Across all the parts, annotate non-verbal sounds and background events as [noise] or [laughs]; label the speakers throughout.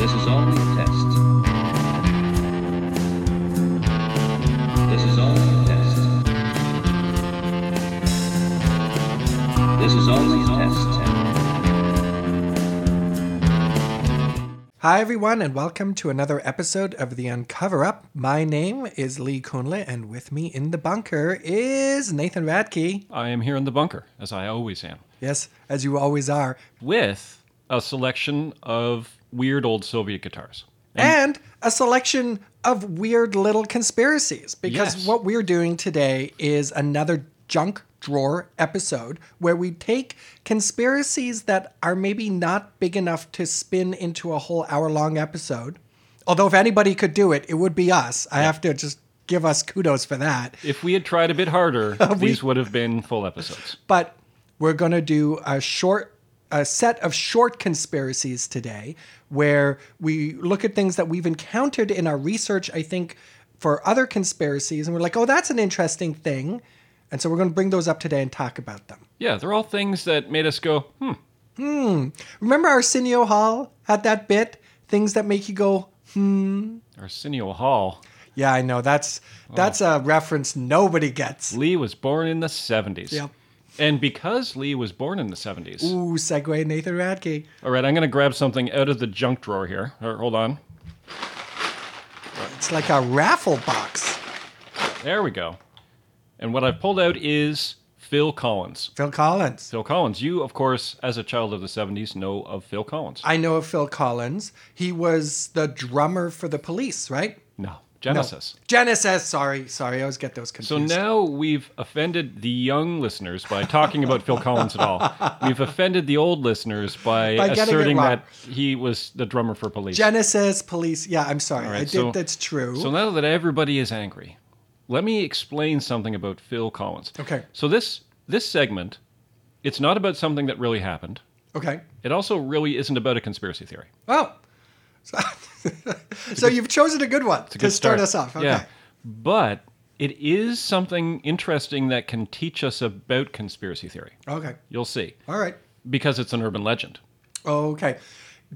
Speaker 1: only a test. This is only a test. This is only a test.
Speaker 2: Hi, everyone, and welcome to another episode of The Uncover Up. My name is Lee Kunle, and with me in the bunker is Nathan Radke.
Speaker 3: I am here in the bunker, as I always am,
Speaker 2: Yes, as you always are.
Speaker 3: with a selection of weird old Soviet guitars.
Speaker 2: And a selection of weird little conspiracies, because
Speaker 3: Yes.
Speaker 2: what we're doing today is another junk drawer episode where we take conspiracies that are maybe not big enough to spin into a whole hour long episode. Although, if anybody could do it, it would be us. I have to just give us kudos for that.
Speaker 3: If we had tried a bit
Speaker 2: [laughs]
Speaker 3: harder, these would have been full episodes.
Speaker 2: but we're going to do a short a set of short conspiracies today where we look at things that we've encountered in our research i think for other conspiracies and we're like oh that's an interesting thing and so we're going to bring those up today and talk about them
Speaker 3: Yeah, they're all things that made us go, hmm,
Speaker 2: remember arsenio hall had that bit things that make you go
Speaker 3: Arsenio Hall.
Speaker 2: yeah i know that's that's a reference nobody gets
Speaker 3: Lee was born in the 70s.
Speaker 2: Yep.
Speaker 3: And because Lee was born in the 70s,
Speaker 2: ooh segue nathan radke
Speaker 3: all right, I'm going to grab something out of the junk drawer here. All right, hold on.
Speaker 2: it's like a raffle box
Speaker 3: There we go. And what I've pulled out is Phil Collins.
Speaker 2: phil collins
Speaker 3: Phil Collins, you, of course, as a child of the 70s, know of Phil Collins.
Speaker 2: I know of Phil Collins. He was the drummer for the police, right?
Speaker 3: no,
Speaker 2: No.
Speaker 3: Genesis.
Speaker 2: Genesis. Sorry, sorry. I always get those
Speaker 3: So
Speaker 2: confused.
Speaker 3: now we've offended the young listeners by talking about Phil Collins
Speaker 2: [laughs]
Speaker 3: at all. We've offended the old listeners by,
Speaker 2: By getting it
Speaker 3: asserting
Speaker 2: wrong.
Speaker 3: that he was the drummer for police.
Speaker 2: Genesis, police. Yeah, I'm sorry. I
Speaker 3: right,
Speaker 2: did.
Speaker 3: so-
Speaker 2: that's true.
Speaker 3: so now that everybody is angry, let me explain something about Phil Collins.
Speaker 2: Okay.
Speaker 3: So this this segment, it's not about something that really happened.
Speaker 2: okay.
Speaker 3: It also really isn't about a conspiracy theory.
Speaker 2: Oh. [laughs] So, so you've chosen a good one to
Speaker 3: Good
Speaker 2: start us off. Okay.
Speaker 3: Yeah. But it is something interesting that can teach us about conspiracy theory.
Speaker 2: Okay.
Speaker 3: You'll see.
Speaker 2: All right.
Speaker 3: Because it's an urban legend.
Speaker 2: Okay.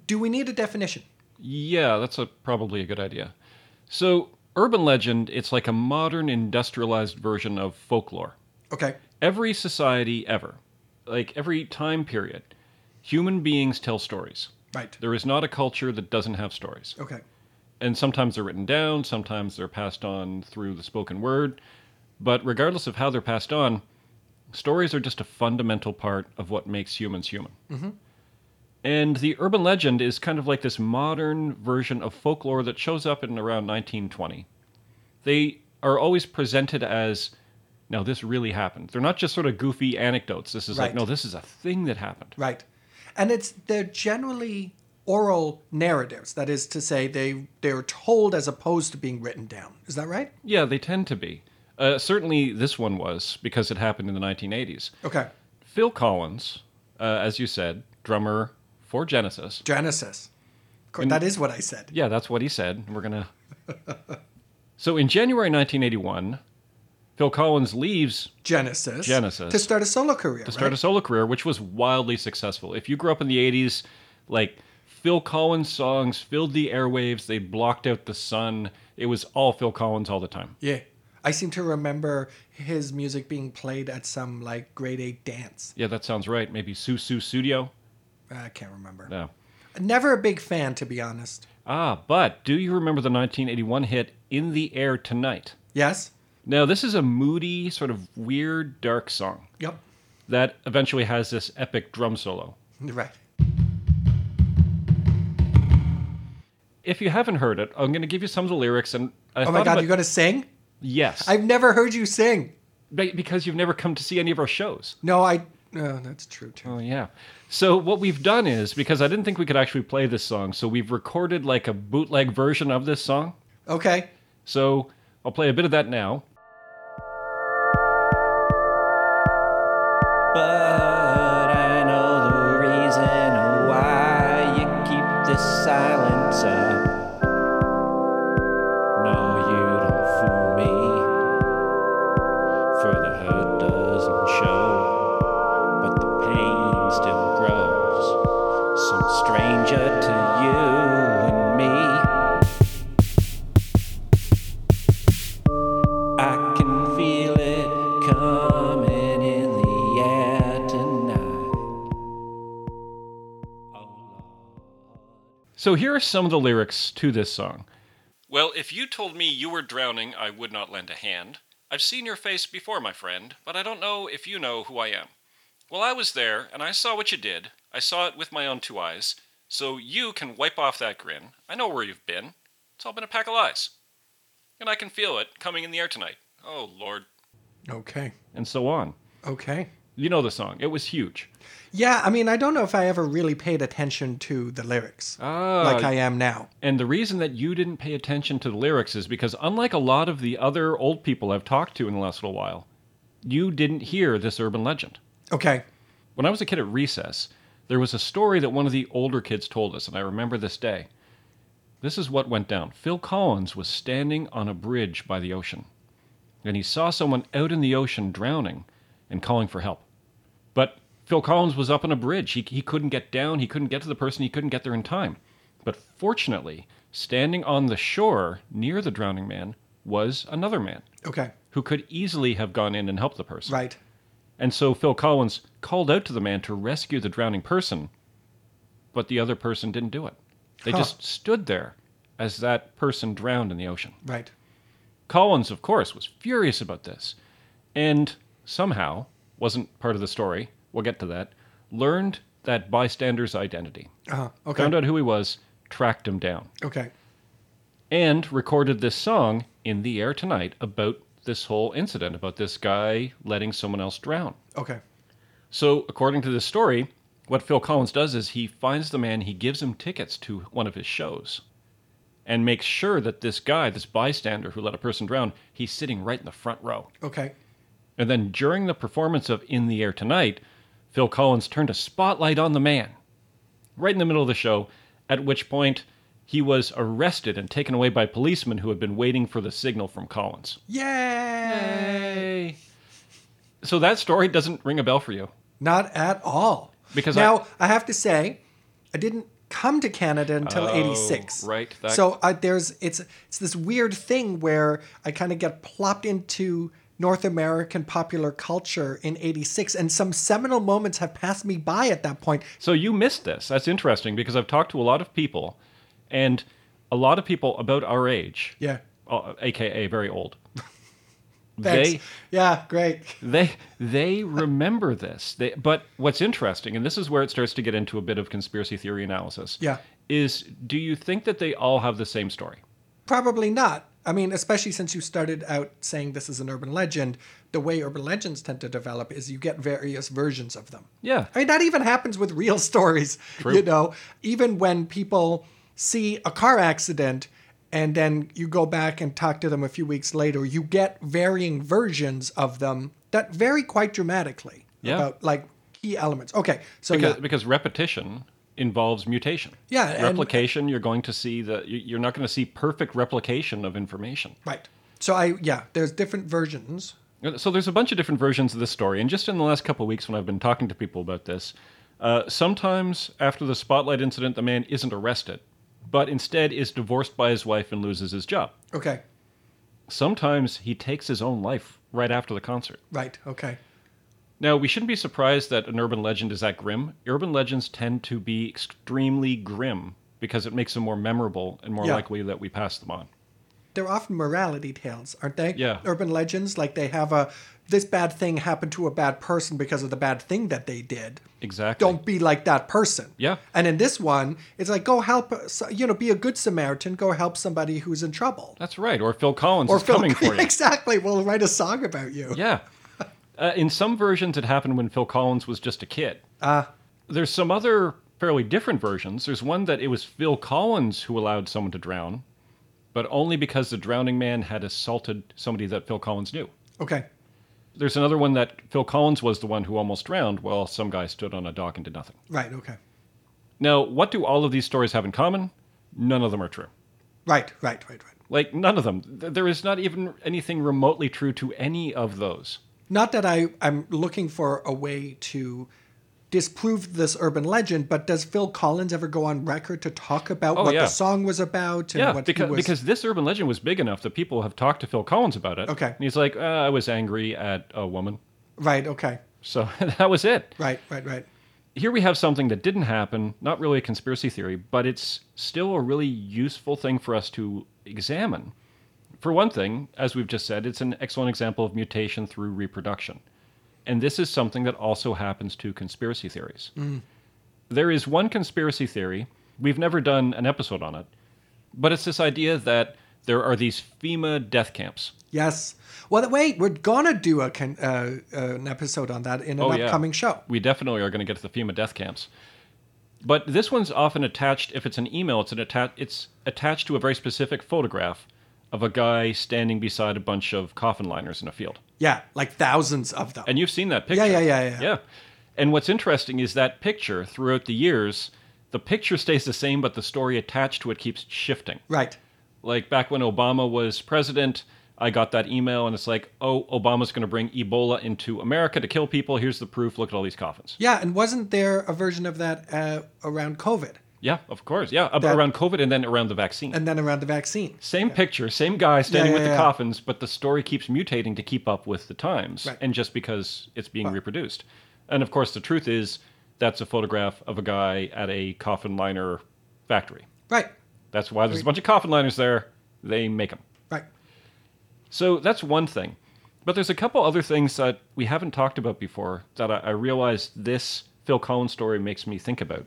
Speaker 2: Do we need a definition?
Speaker 3: Yeah, that's a, probably a good idea. So, urban legend, it's like a modern industrialized version of folklore.
Speaker 2: Okay.
Speaker 3: Every society ever, like every time period, human beings tell stories.
Speaker 2: Right.
Speaker 3: There is not a culture that doesn't have stories.
Speaker 2: Okay.
Speaker 3: And sometimes they're written down, sometimes they're passed on through the spoken word. But regardless of how they're passed on, stories are just a fundamental part of what makes humans human. And the urban legend is kind of like this modern version of folklore that shows up in around 1920. They are always presented as, no, this really happened. They're not just sort of goofy anecdotes. This is like,
Speaker 2: Right.
Speaker 3: no, this is a thing that happened.
Speaker 2: Right. And it's they're generally oral narratives. That is to say, they they're told as opposed to being written down. Is that right?
Speaker 3: Yeah, they tend to be. Uh, certainly, this one was because it happened in the 1980s.
Speaker 2: Okay.
Speaker 3: Phil Collins, uh, as you said, drummer for Genesis.
Speaker 2: Genesis. Of course, that is what I said.
Speaker 3: Yeah, that's what he said. We're going to. so in January 1981, Phil Collins leaves
Speaker 2: Genesis.
Speaker 3: Genesis.
Speaker 2: To start a solo career.
Speaker 3: to start a solo career, which was wildly successful. If you grew up in the 80s, like Phil Collins songs filled the airwaves, they blocked out the sun. It was all Phil Collins all the time.
Speaker 2: Yeah. I seem to remember his music being played at some like grade eight dance.
Speaker 3: Yeah, that sounds right. Maybe Sue Sue Studio?
Speaker 2: I can't remember.
Speaker 3: No.
Speaker 2: Never a big fan, to be honest.
Speaker 3: Ah, but do you remember the 1981 hit In the Air Tonight?
Speaker 2: Yes.
Speaker 3: Now, this is a moody, sort of weird, dark song
Speaker 2: Yep.
Speaker 3: that eventually has this epic drum solo.
Speaker 2: [laughs] Right.
Speaker 3: If you haven't heard it, I'm going to give you some of the lyrics. And I
Speaker 2: Oh my God,
Speaker 3: about,
Speaker 2: you're gonna sing?
Speaker 3: yes,
Speaker 2: I've never heard you sing.
Speaker 3: Be- because you've never come to see any of our shows.
Speaker 2: No, I. No, that's true too.
Speaker 3: Oh yeah. So what we've done is because I didn't think we could actually play this song, so we've recorded like a bootleg version of this song.
Speaker 2: Okay.
Speaker 3: So I'll play a bit of that now.
Speaker 4: But I know the reason why you keep this silence up. No, you don't fool me, for the hurt doesn't show, but the pain still grows. Some stranger to you and me.
Speaker 3: So here are some of the lyrics to this song. Well, if you told me you were drowning, I would not lend a hand. I've seen your face before, my friend, but I don't know if you know who I am. Well, I was there, and I saw what you did. I saw it with my own two eyes. So you can wipe off that grin. I know where you've been. It's all been a pack of lies. And I can feel it coming in the air tonight. Oh, Lord.
Speaker 2: Okay.
Speaker 3: And so on.
Speaker 2: Okay.
Speaker 3: You know the song. It was huge.
Speaker 2: Yeah, I mean, I don't know if I ever really paid attention to the lyrics
Speaker 3: Ah,
Speaker 2: like I am now.
Speaker 3: And the reason that you didn't pay attention to the lyrics is because, unlike a lot of the other old people I've talked to in the last little while, you didn't hear this urban legend.
Speaker 2: Okay.
Speaker 3: When I was a kid at recess, there was a story that one of the older kids told us, and I remember this day. This is what went down Phil Collins was standing on a bridge by the ocean, and he saw someone out in the ocean drowning and calling for help. But Phil Collins was up on a bridge. He, he couldn't get down, he couldn't get to the person, he couldn't get there in time. But fortunately, standing on the shore near the drowning man was another man
Speaker 2: Okay.
Speaker 3: who could easily have gone in and helped the person.
Speaker 2: Right.
Speaker 3: And so Phil Collins called out to the man to rescue the drowning person, but the other person didn't do it. They
Speaker 2: Huh.
Speaker 3: just stood there as that person drowned in the ocean.
Speaker 2: Right.
Speaker 3: Collins, of course, was furious about this and somehow, wasn't part of the story, we'll get to that, learned that bystander's identity.
Speaker 2: Uh-huh. Okay.
Speaker 3: Found out who he was, tracked him down,
Speaker 2: Okay.
Speaker 3: and recorded this song in the air tonight about this whole incident, about this guy letting someone else drown.
Speaker 2: Okay.
Speaker 3: So, according to this story, what Phil Collins does is he finds the man, he gives him tickets to one of his shows, and makes sure that this guy, this bystander who let a person drown, he's sitting right in the front row.
Speaker 2: Okay.
Speaker 3: And then during the performance of In the Air Tonight, Phil Collins turned a spotlight on the man right in the middle of the show, at which point he was arrested and taken away by policemen who had been waiting for the signal from Collins.
Speaker 2: Yay!
Speaker 3: Yay! So, that story doesn't ring a bell for you.
Speaker 2: Not at all.
Speaker 3: Because I-
Speaker 2: now I, have to say, I didn't come to Canada until
Speaker 3: Oh,
Speaker 2: '86.
Speaker 3: right, that-
Speaker 2: So I, there's it's it's this weird thing where I kind of get plopped into North American popular culture in '86, and some seminal moments have passed me by at that point.
Speaker 3: So you missed this. That's interesting because I've talked to a lot of people, and a lot of people about our age,
Speaker 2: Yeah.
Speaker 3: uh, aka
Speaker 2: [laughs]
Speaker 3: very old.
Speaker 2: Thanks.
Speaker 3: They
Speaker 2: yeah. Great.
Speaker 3: they they remember this. They, but what's interesting, and this is where it starts to get into a bit of conspiracy theory analysis.
Speaker 2: Yeah.
Speaker 3: Is do you think that they all have the same story?
Speaker 2: Probably not. I mean, especially since you started out saying this is an urban legend, the way urban legends tend to develop is you get various versions of them.
Speaker 3: Yeah.
Speaker 2: I mean, that even happens with real [laughs] stories. You know, even when people see a car accident and then you go back and talk to them a few weeks later, you get varying versions of them that vary quite dramatically
Speaker 3: Yeah.
Speaker 2: about like key elements. Okay. So,
Speaker 3: Because,
Speaker 2: yeah.
Speaker 3: because repetition involves mutation.
Speaker 2: Yeah, and-
Speaker 3: Replication, you're going to see the you- you're not going to see perfect replication of information.
Speaker 2: Right. So, I, yeah, there's different versions.
Speaker 3: Uh, So there's a bunch of different versions of this story, and just in the last couple of weeks when I've been talking to people about this, uh, sometimes after the spotlight incident, the man isn't arrested, but instead is divorced by his wife and loses his job.
Speaker 2: Okay.
Speaker 3: Sometimes he takes his own life right after the concert.
Speaker 2: Right. Okay.
Speaker 3: Now we shouldn't be surprised that an urban legend is that grim. Urban legends tend to be extremely grim because it makes them more memorable and more
Speaker 2: Yeah.
Speaker 3: likely that we pass them on.
Speaker 2: they're often morality tales, aren't they?
Speaker 3: Yeah.
Speaker 2: Urban legends, like they have a this bad thing happened to a bad person because of the bad thing that they did.
Speaker 3: Exactly.
Speaker 2: Don't be like that person.
Speaker 3: Yeah.
Speaker 2: And in this one, it's like go help, so- you know, be a good Samaritan, go help somebody who's in trouble.
Speaker 3: That's right. Or Phil Collins
Speaker 2: [laughs]
Speaker 3: is coming for you.
Speaker 2: exactly. We'll write a song about you.
Speaker 3: Yeah. Uh, in some versions, it happened when Phil Collins was just a kid.
Speaker 2: Ah.
Speaker 3: There's some other fairly different versions. There's one that it was Phil Collins who allowed someone to drown, but only because the drowning man had assaulted somebody that Phil Collins knew.
Speaker 2: Okay.
Speaker 3: There's another one that Phil Collins was the one who almost drowned while some guy stood on a dock and did nothing.
Speaker 2: Right. Okay.
Speaker 3: Now, what do all of these stories have in common? None of them are true.
Speaker 2: Right. Right. Right. Right.
Speaker 3: Like, none of them. Th- There is not even anything remotely true to any of those.
Speaker 2: Not that I, I'm looking for a way to disprove this urban legend, but does Phil Collins ever go on record to talk about
Speaker 3: Oh,
Speaker 2: what
Speaker 3: yeah.
Speaker 2: the song was about and
Speaker 3: Yeah,
Speaker 2: what
Speaker 3: because,
Speaker 2: he was?
Speaker 3: because this urban legend was big enough that people have talked to Phil Collins about it.
Speaker 2: Okay.
Speaker 3: And he's like, uh, I was angry at a woman.
Speaker 2: right, okay,
Speaker 3: So [laughs] that was it.
Speaker 2: right, right, right.
Speaker 3: here we have something that didn't happen, not really a conspiracy theory, but it's still a really useful thing for us to examine. For one thing, as we've just said, it's an excellent example of mutation through reproduction. And this is something that also happens to conspiracy theories. There is one conspiracy theory, we've never done an episode on it, but it's this idea that there are these FEMA death camps.
Speaker 2: Yes. Well, th- wait, we're gonna do a con- uh, uh, an episode on that in an
Speaker 3: Oh, yeah.
Speaker 2: upcoming show.
Speaker 3: We definitely are going to get to the FEMA death camps. But this one's often attached. If it's an email, it's an atta- It's attached to a very specific photograph of a guy standing beside a bunch of coffin liners in a field.
Speaker 2: Yeah, like thousands of them.
Speaker 3: And you've seen that picture.
Speaker 2: yeah, yeah, yeah.
Speaker 3: Yeah. And what's interesting is that picture throughout the years, the picture stays the same, but the story attached to it keeps shifting.
Speaker 2: right.
Speaker 3: Like back when Obama was president, I got that email and it's like, oh, Obama's going to bring Ebola into America to kill people. Here's the proof. Look at all these coffins.
Speaker 2: Yeah, and wasn't there a version of that uh, around COVID
Speaker 3: Yeah, of course. Yeah, ab-
Speaker 2: That-
Speaker 3: around COVID and then around the vaccine.
Speaker 2: and then around the vaccine?
Speaker 3: same picture, same guy standing
Speaker 2: yeah,
Speaker 3: with the
Speaker 2: yeah.
Speaker 3: coffins, but the story keeps mutating to keep up with the times
Speaker 2: Right.
Speaker 3: and just because it's being reproduced. And of course, the truth is that's a photograph of a guy at a coffin liner factory.
Speaker 2: Right.
Speaker 3: That's why there's a bunch of coffin liners there. They make them.
Speaker 2: Right.
Speaker 3: So that's one thing. But there's a couple other things that we haven't talked about before that I, I realized this Phil Collins story makes me think about.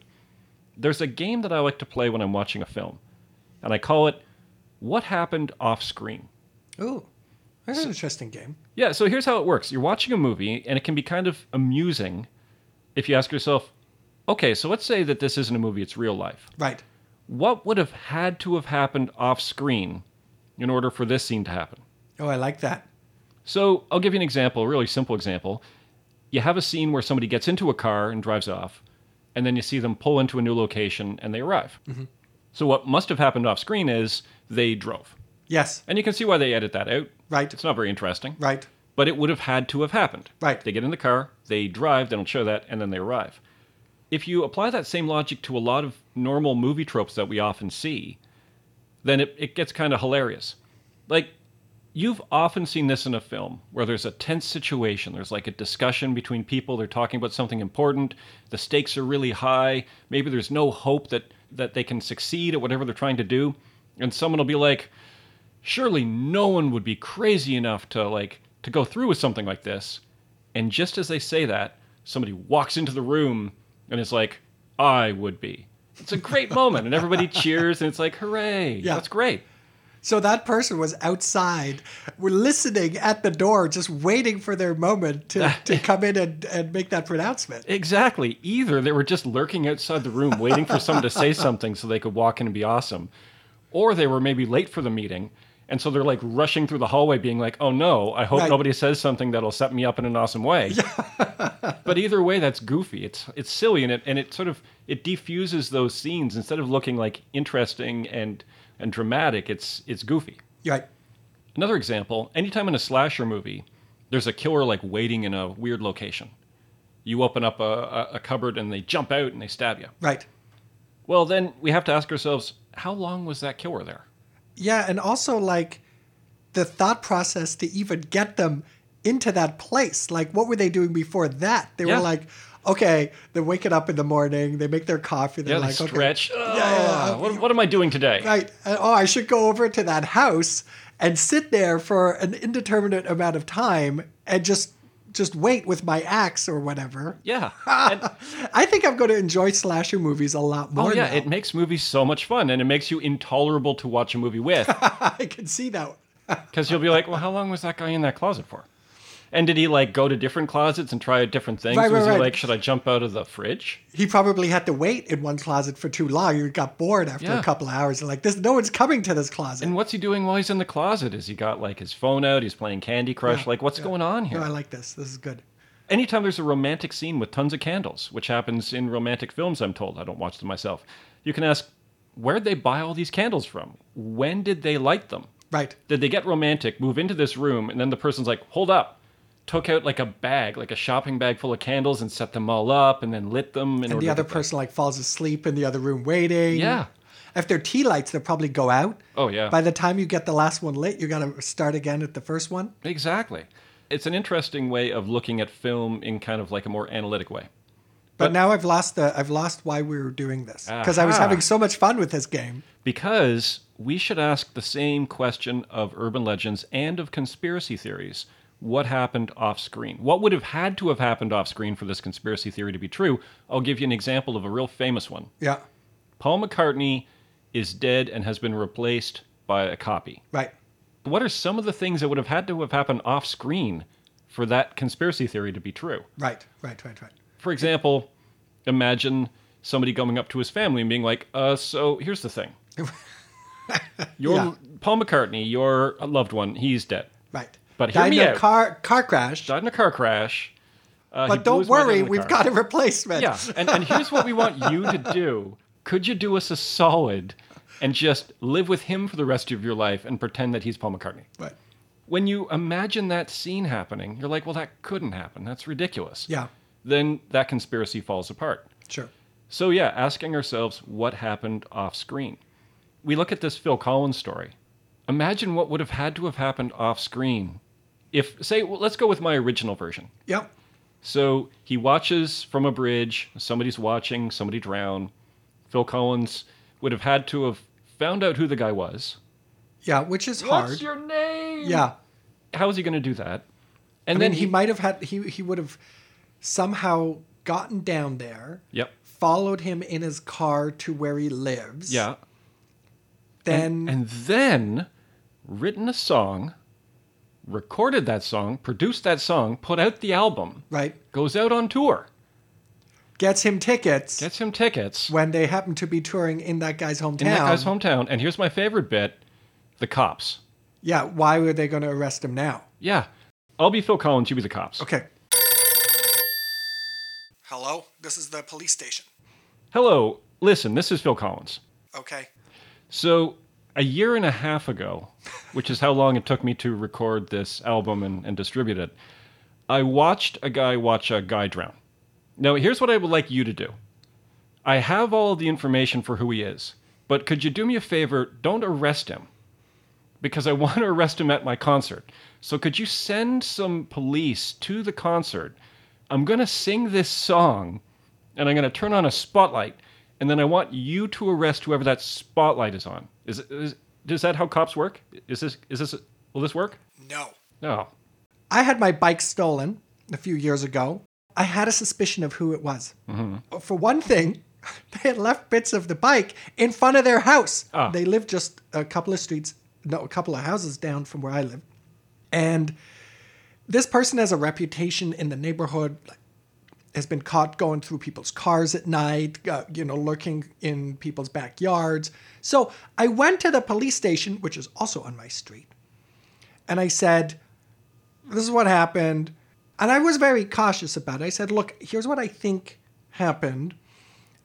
Speaker 3: There's a game that I like to play when I'm watching a film, and I call it What Happened Off Screen.
Speaker 2: Ooh, that's an interesting game.
Speaker 3: Yeah, so here's how it works you're watching a movie, and it can be kind of amusing if you ask yourself, okay, so let's say that this isn't a movie, it's real life.
Speaker 2: Right.
Speaker 3: What would have had to have happened off screen in order for this scene to happen?
Speaker 2: Oh, I like that.
Speaker 3: So I'll give you an example, a really simple example. You have a scene where somebody gets into a car and drives off, and then you see them pull into a new location and they arrive. So what must have happened off screen is they drove.
Speaker 2: Yes.
Speaker 3: And you can see why they edit that out.
Speaker 2: Right.
Speaker 3: It's not very interesting.
Speaker 2: Right.
Speaker 3: But it would have had to have happened.
Speaker 2: Right.
Speaker 3: They get in the car, they drive, they don't show that, and then they arrive. If you apply that same logic to a lot of normal movie tropes that we often see, then it, it gets kind of hilarious. Like, you've often seen this in a film where there's a tense situation. There's like a discussion between people. They're talking about something important. The stakes are really high. Maybe there's no hope that, that they can succeed at whatever they're trying to do. And someone will be like, surely no one would be crazy enough to like to go through with something like this and just as they say that somebody walks into the room and is like i would be it's a great moment and everybody cheers and it's like hooray
Speaker 2: Yeah.
Speaker 3: that's great
Speaker 2: So that person was outside, were listening at the door, just waiting for their moment
Speaker 3: [laughs]
Speaker 2: to, to come in and, and make that pronouncement.
Speaker 3: exactly either they were just lurking outside the room waiting for someone to say something so they could walk in and be awesome or they were maybe late for the meeting and so they're like rushing through the hallway being like oh no i hope
Speaker 2: Right.
Speaker 3: nobody says something that'll set me up in an awesome way
Speaker 2: [laughs]
Speaker 3: but either way that's goofy it's it's silly and it and it sort of it defuses those scenes instead of looking like interesting and and dramatic it's it's goofy
Speaker 2: Right.
Speaker 3: another example anytime in a slasher movie there's a killer like waiting in a weird location you open up a, a, a cupboard and they jump out and they stab you
Speaker 2: Right.
Speaker 3: well then we have to ask ourselves how long was that killer there
Speaker 2: Yeah, and also like the thought process to even get them into that place. Like, what were they doing before that? They
Speaker 3: Yeah.
Speaker 2: were like, okay, they're waking up in the morning, they make their coffee, they're
Speaker 3: yeah
Speaker 2: like,
Speaker 3: they
Speaker 2: okay,
Speaker 3: stretch "Ah,
Speaker 2: yeah, yeah.
Speaker 3: What, what am i doing today
Speaker 2: right, uh, oh, I should go over to that house and sit there for an indeterminate amount of time and just just wait with my axe or whatever. [laughs]
Speaker 3: yeah And-
Speaker 2: I think I'm going to enjoy slasher movies a lot more.
Speaker 3: Oh yeah,
Speaker 2: now.
Speaker 3: it makes movies so much fun, and it makes you intolerable to watch a movie
Speaker 2: [laughs]
Speaker 3: with,
Speaker 2: [laughs] I can see that.
Speaker 3: because you'll be like, "Well, how long was that guy in that closet for?" And did he like go to different closets and try out different things?
Speaker 2: Right, right,
Speaker 3: was he
Speaker 2: right.
Speaker 3: like, "Should I jump out of the fridge?"
Speaker 2: he probably had to wait in one closet for too long. You got bored after
Speaker 3: Yeah.
Speaker 2: a couple of hours. You're like, this, no one's coming to this closet.
Speaker 3: And what's he doing while he's in the closet? Is he got like his phone out? He's playing Candy Crush. like, what's going on here?
Speaker 2: no, I like this. This is good.
Speaker 3: Anytime there's a romantic scene with tons of candles, which happens in romantic films, I'm told, I don't watch them myself, you can ask, where'd they buy all these candles from? When did they light them?
Speaker 2: Right.
Speaker 3: Did they get romantic, move into this room, and then the person's like, hold up, took out like a bag, like a shopping bag full of candles and set them all up and then lit them. In
Speaker 2: And
Speaker 3: order
Speaker 2: the other
Speaker 3: to-
Speaker 2: person like falls asleep in the other room waiting.
Speaker 3: Yeah.
Speaker 2: If they're tea lights, they'll probably go out.
Speaker 3: Oh, yeah.
Speaker 2: By the time you get the last one lit, you got to start again at the first one.
Speaker 3: Exactly. It's an interesting way of looking at film in kind of like a more analytic way.
Speaker 2: But,
Speaker 3: But-
Speaker 2: now I've lost the I've lost why we were doing this because I was
Speaker 3: Aha.
Speaker 2: having so much fun with this game.
Speaker 3: Because we should ask the same question of urban legends and of conspiracy theories. What happened off screen? What would have had to have happened off screen for this conspiracy theory to be true? I'll give you an example of a real famous one.
Speaker 2: Yeah,
Speaker 3: Paul McCartney is dead and has been replaced by a copy.
Speaker 2: right.
Speaker 3: What are some of the things that would have had to have happened off screen for that conspiracy theory to be true?
Speaker 2: Right, right, right, right.
Speaker 3: For example, imagine somebody coming up to his family and being like, uh, so here's
Speaker 2: [laughs]
Speaker 3: the thing. Your
Speaker 2: Yeah.
Speaker 3: Paul McCartney, your loved one, he's dead.
Speaker 2: Right.
Speaker 3: But hear
Speaker 2: died
Speaker 3: me
Speaker 2: in a
Speaker 3: out.
Speaker 2: car car crash.
Speaker 3: Died in a car crash. Uh, he
Speaker 2: but
Speaker 3: blew
Speaker 2: don't
Speaker 3: his mind out
Speaker 2: worry,
Speaker 3: in the
Speaker 2: we've
Speaker 3: car.
Speaker 2: got a replacement.
Speaker 3: Yeah, and, and here's what we want you to do. Could you do us a solid and just live with him for the rest of your life and pretend that he's Paul McCartney?
Speaker 2: [laughs] But
Speaker 3: When you imagine that scene happening, you're like, well, that couldn't happen. That's ridiculous.
Speaker 2: yeah,
Speaker 3: Then that conspiracy falls apart.
Speaker 2: sure.
Speaker 3: So, yeah, asking ourselves what happened off screen. We look at this Phil Collins story. Imagine what would have had to have happened off screen if, say, well, let's go with my original version.
Speaker 2: Yep.
Speaker 3: So he watches from a bridge. Somebody's watching somebody drown. Phil Collins would have had to have found out who the guy was.
Speaker 2: Yeah, which is hard.
Speaker 3: What's your name?
Speaker 2: yeah.
Speaker 3: How is he going to do that? And
Speaker 2: I
Speaker 3: then
Speaker 2: mean, he,
Speaker 3: he,
Speaker 2: might have had he he would have somehow gotten down there,
Speaker 3: Yep.
Speaker 2: followed him in his car to where he lives.
Speaker 3: Yeah.
Speaker 2: Then
Speaker 3: And then written a song, recorded that song, produced that song, put out the album,
Speaker 2: right
Speaker 3: goes out on tour,
Speaker 2: gets him tickets
Speaker 3: gets him tickets
Speaker 2: when they happen to be touring in that guy's hometown.
Speaker 3: in that guy's hometown. And here's my favorite bit the cops.
Speaker 2: Yeah. Why were they going to arrest him now?
Speaker 3: Yeah. I'll be Phil Collins, you be the cops.
Speaker 2: Okay. Hello. This is the police station.
Speaker 3: Hello, listen, this is Phil Collins.
Speaker 2: Okay.
Speaker 3: So, a year and a half ago, which is how long it took me to record this album and, and distribute it, I watched a guy watch a guy drown. Now, here's what I would like you to do I have all the information for who he is, but could you do me a favor? Don't arrest him because I [laughs] want to arrest him at my concert. So, could you send some police to the concert? I'm going to sing this song and I'm going to turn on a spotlight, and then I want you to arrest whoever that spotlight is on. Is, is is that how cops work? Is this is this will this work?
Speaker 2: No.
Speaker 3: No.
Speaker 2: I had my bike stolen a few years ago. I had a suspicion of who it was. For one thing, [laughs] they had left bits of the bike in front of their house.
Speaker 3: Ah.
Speaker 2: They lived just a couple of streets, no, a couple of houses down from where I live. And this person has a reputation in the neighborhood, like, has been caught going through people's cars at night, uh, you know, lurking in people's backyards. So I went to the police station, which is also on my street, and I said, this is what happened. And I was very cautious about it. I said, look, here's what I think happened.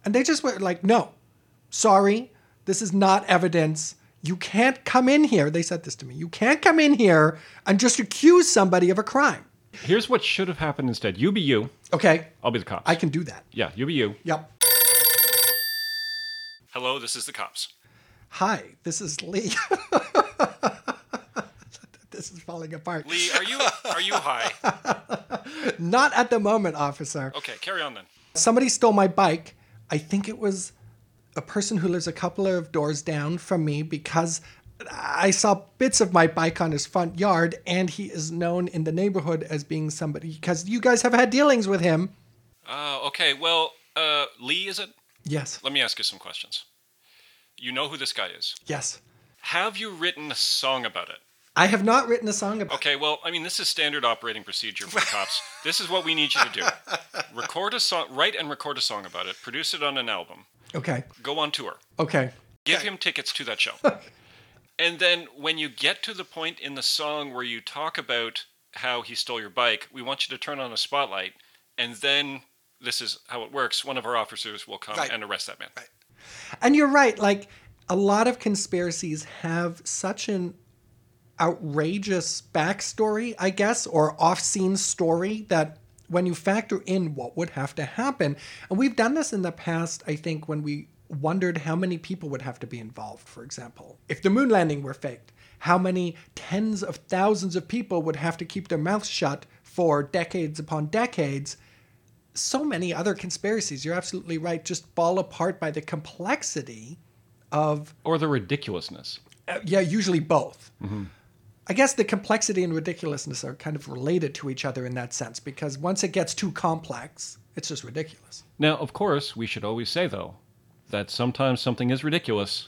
Speaker 2: And they just were like, no, sorry, this is not evidence. You can't come in here. They said this to me. You can't come in here and just accuse somebody of a crime.
Speaker 3: Here's what should have happened instead. You be you.
Speaker 2: Okay,
Speaker 3: I'll be the cops.
Speaker 2: I can do that.
Speaker 3: yeah, you be you.
Speaker 2: Yep.
Speaker 3: Hello, this is the cops.
Speaker 2: Hi, this is Lee. [laughs] this is falling apart.
Speaker 3: Lee, are you are you high?
Speaker 2: Not at the moment, officer.
Speaker 3: Okay, carry on then.
Speaker 2: somebody stole my bike. I think it was a person who lives a couple of doors down from me because I saw bits of my bike on his front yard and he is known in the neighborhood as being somebody because you guys have had dealings with him.
Speaker 3: Oh, okay. Well, uh, Lee, is it?
Speaker 2: Yes.
Speaker 3: Let me ask you some questions. You know who this guy is.
Speaker 2: Yes.
Speaker 3: Have you written a song about it?
Speaker 2: I have not written a song about
Speaker 3: Okay, well, I mean, this is standard operating procedure for the
Speaker 2: [laughs]
Speaker 3: cops. this is what we need you to do: record a song, write and record a song about it, produce it on an album,
Speaker 2: Okay.
Speaker 3: go on tour,
Speaker 2: Okay.
Speaker 3: give him tickets to that show, and then when you get to the point in the song where you talk about how he stole your bike, we want you to turn on a spotlight, and then this is how it works: one of our officers will come
Speaker 2: Right.
Speaker 3: and arrest that man.
Speaker 2: And you're right. Like a lot of conspiracies have such an outrageous backstory, I guess, or off scene story that when you factor in what would have to happen, and we've done this in the past, I think, when we wondered how many people would have to be involved, for example. If the moon landing were faked, how many tens of thousands of people would have to keep their mouths shut for decades upon decades so many other conspiracies, you're absolutely right, just fall apart by the complexity of,
Speaker 3: or the ridiculousness.
Speaker 2: uh, yeah, usually both.
Speaker 3: Mm-hmm.
Speaker 2: I guess the complexity and ridiculousness are kind of related to each other in that sense because once it gets too complex, it's just ridiculous.
Speaker 3: Now, of course, we should always say, though, that sometimes something is ridiculous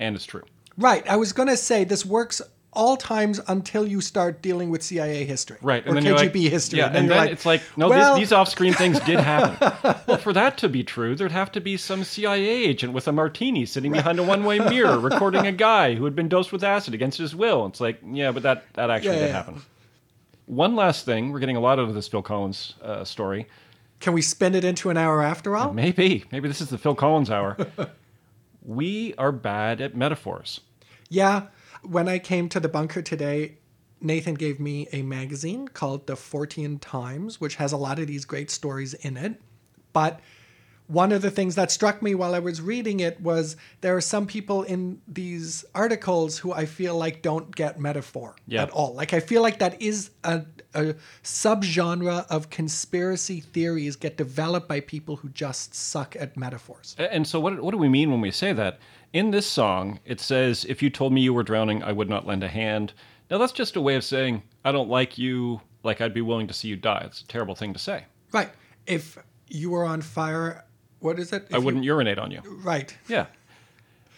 Speaker 3: and it's true.
Speaker 2: Right. I was going to say this works all times until you start dealing with CIA history.
Speaker 3: Right.
Speaker 2: Or
Speaker 3: you're
Speaker 2: KGB
Speaker 3: like,
Speaker 2: history.
Speaker 3: Yeah,
Speaker 2: then
Speaker 3: and
Speaker 2: you're
Speaker 3: then it's like, no,
Speaker 2: well,
Speaker 3: these, these off screen things
Speaker 2: [laughs]
Speaker 3: did happen. well, for that to be true, there'd have to be some CIA agent with a martini sitting behind a one
Speaker 2: [laughs]
Speaker 3: way mirror recording a guy who had been dosed with acid against his will. It's like, yeah, but that, that actually
Speaker 2: Yeah,
Speaker 3: did
Speaker 2: yeah.
Speaker 3: happen. One last thing, we're getting a lot out of this Phil Collins uh, story.
Speaker 2: Can we spin it into an hour after all?
Speaker 3: Maybe, maybe this is the Phil Collins
Speaker 2: [laughs]
Speaker 3: hour. we are bad at metaphors.
Speaker 2: Yeah. When I came to the bunker today, Nathan gave me a magazine called The 14 Times, which has a lot of these great stories in it. But one of the things that struck me while I was reading it was there are some people in these articles who I feel like don't get metaphor
Speaker 3: Yeah.
Speaker 2: at all. Like I feel like that is a, a subgenre of conspiracy theories get developed by people who just suck at metaphors.
Speaker 3: A- And so, what, what do we mean when we say that? In this song, it says, If you told me you were drowning, I would not lend a hand. Now, that's just a way of saying, I don't like you, like I'd be willing to see you die. It's a terrible thing to say.
Speaker 2: Right. If you were on fire, what is it? If
Speaker 3: I
Speaker 2: you-
Speaker 3: wouldn't urinate on you.
Speaker 2: Right.
Speaker 3: Yeah.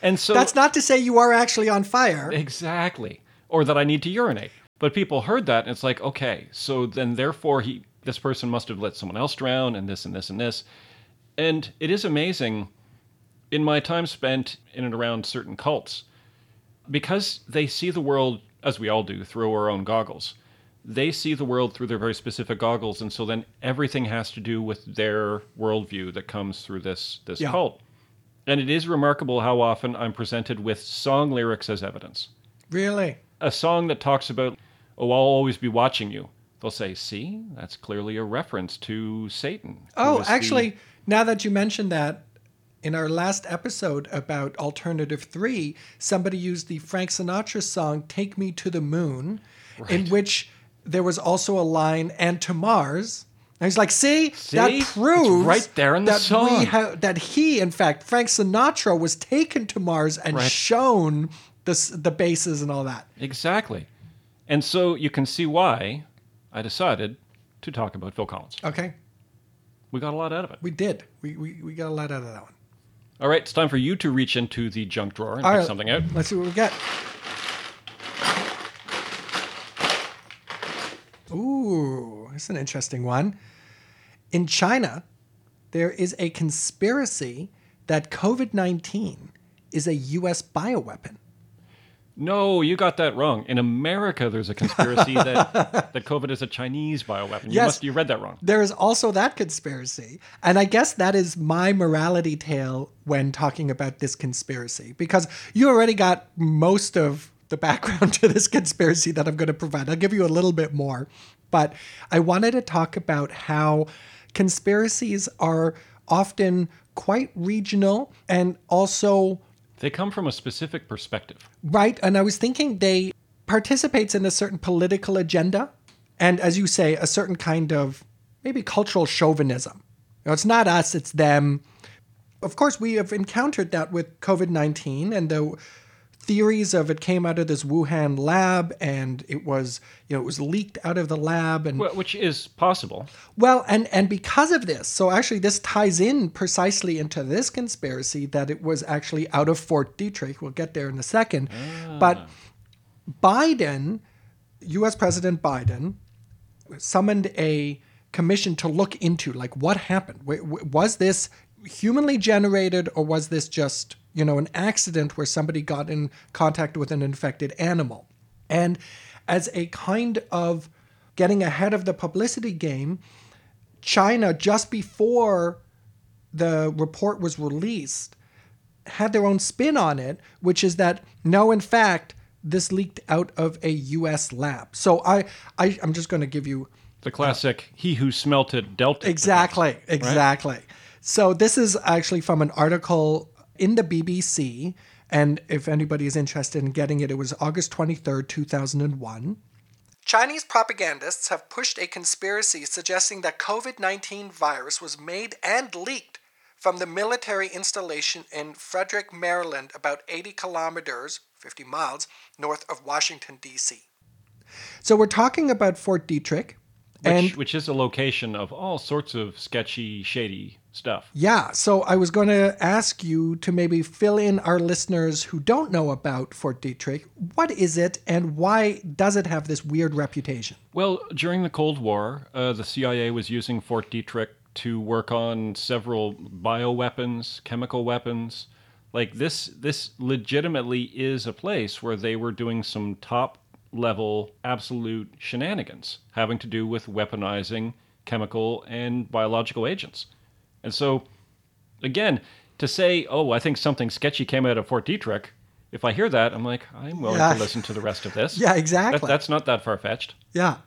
Speaker 3: And so,
Speaker 2: That's not to say you are actually on fire.
Speaker 3: exactly. Or that I need to urinate. But people heard that and it's like, okay, so then therefore, he, this person must have let someone else drown and this and this and this. And it is amazing in my time spent in and around certain cults, because they see the world, as we all do, through our own goggles, they see the world through their very specific goggles. And so then everything has to do with their worldview that comes through this, this
Speaker 2: Yeah.
Speaker 3: cult. And it is remarkable how often I'm presented with song lyrics as evidence.
Speaker 2: Really?
Speaker 3: A song that talks about, oh, I'll always be watching you. They'll say, see, that's clearly a reference to Satan. who
Speaker 2: Oh,
Speaker 3: is the-
Speaker 2: actually, now that you mentioned that, in our last episode about Alternative 3, somebody used the Frank Sinatra song Take Me to the Moon, in which there was also a line, and to Mars. And he's like, see,
Speaker 3: See?
Speaker 2: that
Speaker 3: It's
Speaker 2: proves
Speaker 3: right there in the
Speaker 2: that
Speaker 3: song."
Speaker 2: We ha- that he, in fact, Frank Sinatra was taken to Mars and
Speaker 3: Right.
Speaker 2: shown the, s- the bases and all that.
Speaker 3: Exactly. And so you can see why I decided to talk about Phil Collins.
Speaker 2: Okay,
Speaker 3: We got a lot out of it.
Speaker 2: we did. We, we, we got a lot out of that one.
Speaker 3: All right, it's time for you to reach into the junk drawer and
Speaker 2: All
Speaker 3: pick
Speaker 2: right.
Speaker 3: something out.
Speaker 2: Let's see what we got. Ooh, that's an interesting one. In China, there is a conspiracy that COVID 19 is a US bioweapon.
Speaker 3: No, you got that wrong. In America, there's a conspiracy that,
Speaker 2: [laughs]
Speaker 3: that COVID is a Chinese bioweapon. You,
Speaker 2: Yes.
Speaker 3: must, you read that wrong.
Speaker 2: There is also that conspiracy. And I guess that is my morality tale when talking about this conspiracy, because you already got most of the background [laughs] to this conspiracy that I'm going to provide. I'll give you a little bit more. But I wanted to talk about how conspiracies are often quite regional and also
Speaker 3: They come from a specific perspective.
Speaker 2: Right. And I was thinking they participates in a certain political agenda and as you say, a certain kind of maybe cultural chauvinism. You know, it's not us, it's them. Of course, we have encountered that with COVID 19 and the theories of it came out of this Wuhan lab and it was, you know, it was leaked out of the lab and
Speaker 3: Wh- Which is possible.
Speaker 2: well, and and because of this, so actually this ties in precisely into this conspiracy that it was actually out of Fort Detrick. We'll get there in a second. But Biden, US President Biden summoned a commission to look into like what happened. W- w- Was this humanly generated or was this just, you know, an accident where somebody got in contact with an infected animal? And as a kind of getting ahead of the publicity game, China just before the report was released had their own spin on it, which is that no, in fact, this leaked out of a U.S. lab. So I, I I'm just going to give you
Speaker 3: The classic, he who smelt it dealt it.
Speaker 2: Exactly, exactly. So this is actually from an article in the BBC, and if anybody is interested in getting it, it was August 23rd, 2001. Chinese propagandists have pushed a conspiracy suggesting that COVID-19 virus was made and leaked from the military installation in Frederick, Maryland, about 80 kilometers, 50 miles north of Washington D.C. So we're talking about Fort Detrick
Speaker 3: Which,
Speaker 2: and
Speaker 3: which is a location of all sorts of sketchy, shady stuff.
Speaker 2: Yeah, so I was going to ask you to maybe fill in our listeners who don't know about Fort Detrick. What is it and why does it have this weird reputation?
Speaker 3: Well, during the Cold War, uh, the CIA was using Fort Detrick to work on several bioweapons, chemical weapons. Like this, this legitimately is a place where they were doing some top level, absolute shenanigans having to do with weaponizing chemical and biological agents. And so, again, to say, oh, I think something sketchy came out of Fort Detrick, if I hear that, I'm like, I'm willing
Speaker 2: Yeah.
Speaker 3: to listen to the rest of this.
Speaker 2: [laughs] Yeah,
Speaker 3: That-
Speaker 2: exactly.
Speaker 3: that's not that far fetched.
Speaker 2: Yeah.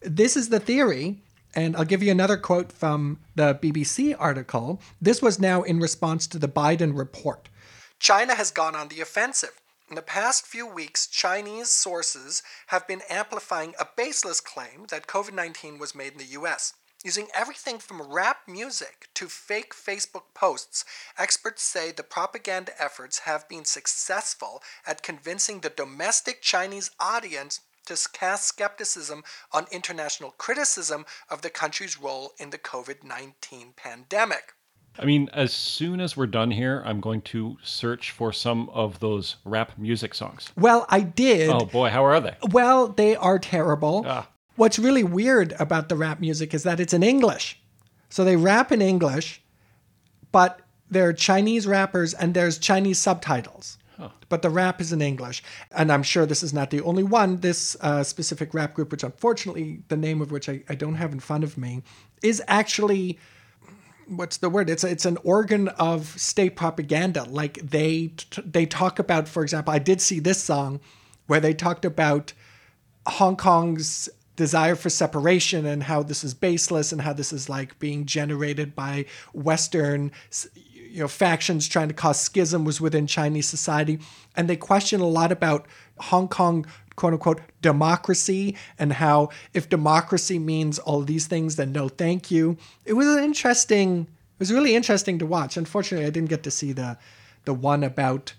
Speaker 2: This is the theory. And I'll give you another quote from the BBC article. This was now in response to the Biden report. China has gone on the offensive. In the past few weeks, Chinese sources have been amplifying a baseless claim that COVID 19 was made in the US. Using everything from rap music to fake Facebook posts, experts say the propaganda efforts have been successful at convincing the domestic Chinese audience to cast skepticism on international criticism of the country's role in the COVID 19 pandemic.
Speaker 3: I mean, as soon as we're done here, I'm going to search for some of those rap music songs.
Speaker 2: Well, I did.
Speaker 3: Oh boy, how are they?
Speaker 2: Well, they are terrible.
Speaker 3: Ah.
Speaker 2: What's really weird about the rap music is that it's in English. So they rap in English, but they're Chinese rappers and there's Chinese subtitles. But the rap is in English. And I'm sure this is not the only one. This uh, specific rap group, which unfortunately the name of which I, I don't have in front of me, is actually what's the word? It's it's an organ of state propaganda. Like they t- they talk about, for example, I did see this song where they talked about Hong Kong's desire for separation and how this is baseless and how this is like being generated by Western s- you know factions trying to cause schism was within Chinese society and they question a lot about Hong Kong quote unquote democracy and how if democracy means all these things then no thank you it was an interesting it was really interesting to watch unfortunately I didn't get to see the the one about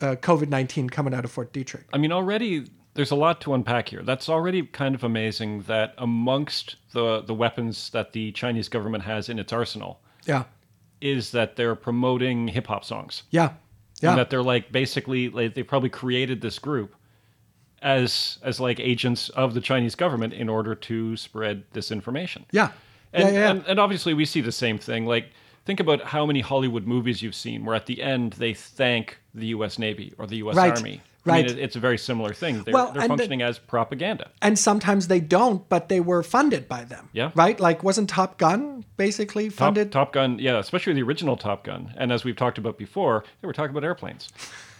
Speaker 2: uh, COVID-19 coming out of Fort Detrick
Speaker 3: I mean, already there's a lot to unpack here. That's already kind of amazing that amongst the the weapons that the Chinese government has in its arsenal
Speaker 2: yeah
Speaker 3: is that they're promoting hip hop songs.
Speaker 2: yeah yeah
Speaker 3: And that they're like basically like they probably created this group as as like agents of the Chinese government in order to spread this information.
Speaker 2: Yeah.
Speaker 3: And,
Speaker 2: yeah, yeah.
Speaker 3: And, and obviously, we see the same thing. Like, think about how many Hollywood movies you've seen where at the end they thank the U.S. Navy or the U.S.
Speaker 2: Right,
Speaker 3: Army. I
Speaker 2: right.
Speaker 3: mean, it- it's a very similar thing. They're,
Speaker 2: Well,
Speaker 3: they're
Speaker 2: and the-
Speaker 3: functioning as propaganda.
Speaker 2: and sometimes they don't, but they were funded by them.
Speaker 3: Yeah.
Speaker 2: Right? Like, wasn't Top Gun basically
Speaker 3: Top,
Speaker 2: funded?
Speaker 3: Top Gun, yeah, especially the original Top Gun. And as we've talked about before, they were talking about airplanes.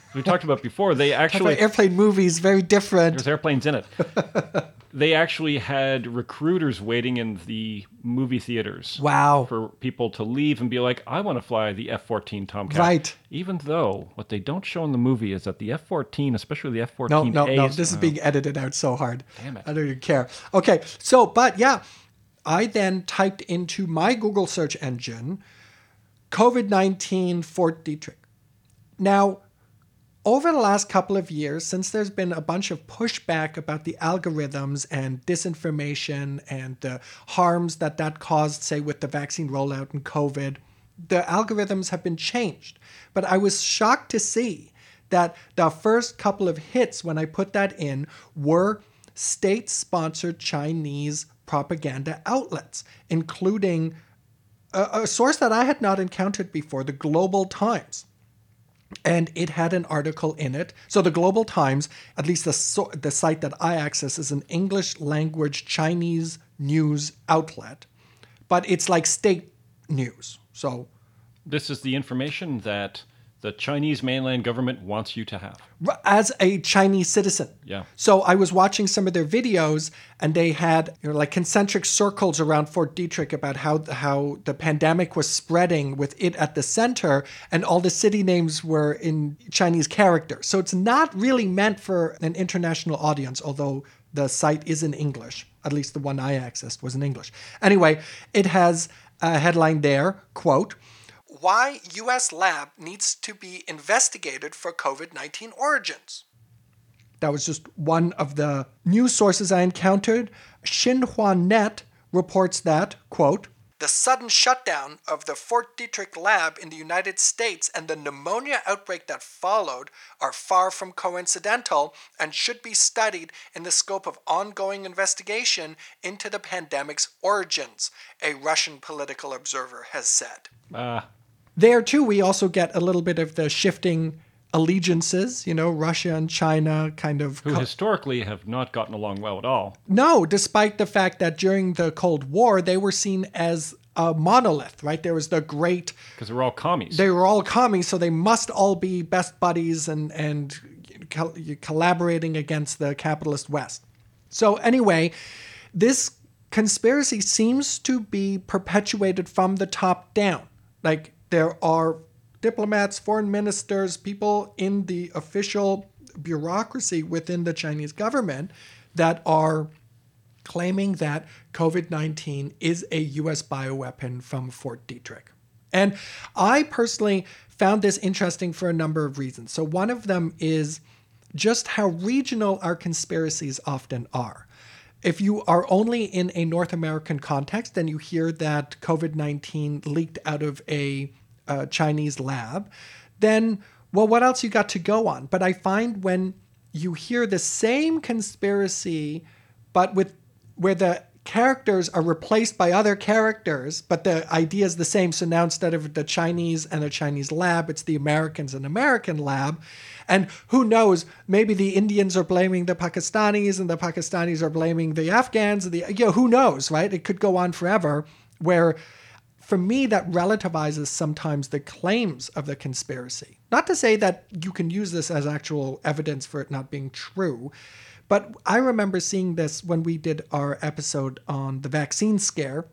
Speaker 3: As we talked about before,
Speaker 2: [laughs]
Speaker 3: they
Speaker 2: But
Speaker 3: actually
Speaker 2: airplane movies, very different.
Speaker 3: there's airplanes in
Speaker 2: [laughs]
Speaker 3: it. they actually had recruiters waiting in the movie theaters.
Speaker 2: Wow.
Speaker 3: for people to leave and be like, I want to fly the F 14 Tomcat.
Speaker 2: Right.
Speaker 3: Even though what they don't show in the movie is that the F 14, especially the F 14
Speaker 2: No, no, no. This is being edited out so hard.
Speaker 3: Damn it.
Speaker 2: I don't even care. Okay. So, but yeah, I then typed into my Google search engine COVID 19 Fort Detrick. Now, over the last couple of years, since there's been a bunch of pushback about the algorithms and disinformation and the harms that that caused, say, with the vaccine rollout and COVID, the algorithms have been changed. But I was shocked to see that the first couple of hits when I put that in were state sponsored Chinese propaganda outlets, including a, a source that I had not encountered before, the Global Times and it had an article in it. So the Global Times, at least the so- the site that I access, is an English language Chinese news outlet, but it's like state news. So
Speaker 3: This is the information that the Chinese mainland government wants you to have.
Speaker 2: r- as a Chinese citizen.
Speaker 3: Yeah.
Speaker 2: So I was watching some of their videos, and they had you know, like concentric circles around Fort Detrick about how how the pandemic was spreading with it at the center, and all the city names were in Chinese character. So it's not really meant for an international audience, although the site is in English. At least the one I accessed was in English. Anyway, it has a headline there, quote, why US lab needs to be investigated for COVID-19 origins. That was just one of the news sources I encountered. Xinhua Net reports that, quote, the sudden shutdown of the Fort Detrick lab in the United States and the pneumonia outbreak that followed are far from coincidental and should be studied in the scope of ongoing investigation into the pandemic's origins, a Russian political observer has said.
Speaker 3: Ah,
Speaker 2: There, too, we also get a little bit of the shifting allegiances, you know, Russia and China kind of.
Speaker 3: who
Speaker 2: co-
Speaker 3: historically have not gotten along well at all.
Speaker 2: No, despite the fact that during the Cold War, they were seen as a monolith, right? There was the great,
Speaker 3: Because they're all commies.
Speaker 2: they were all commies, so they must all be best buddies and, and col- collaborating against the capitalist West. So, anyway, this conspiracy seems to be perpetuated from the top down. Like, there are diplomats, foreign ministers, people in the official bureaucracy within the Chinese government that are claiming that COVID 19 is a US bioweapon from Fort Detrick. And I personally found this interesting for a number of reasons. So, one of them is just how regional our conspiracies often are. If you are only in a North American context and you hear that COVID 19 leaked out of a uh, Chinese lab, then, well, what else you got to go on? But I find when you hear the same conspiracy but with where the characters are replaced by other characters, but the idea is the same. So now instead of the Chinese and a Chinese lab, it's the Americans and American lab. And who knows, maybe the Indians are blaming the Pakistanis and the Pakistanis are blaming the Afghans. And the, you know, who knows, right? It could go on forever where for me, that relativizes sometimes the claims of the conspiracy. Not to say that you can use this as actual evidence for it not being true, but I remember seeing this when we did our episode on the vaccine scare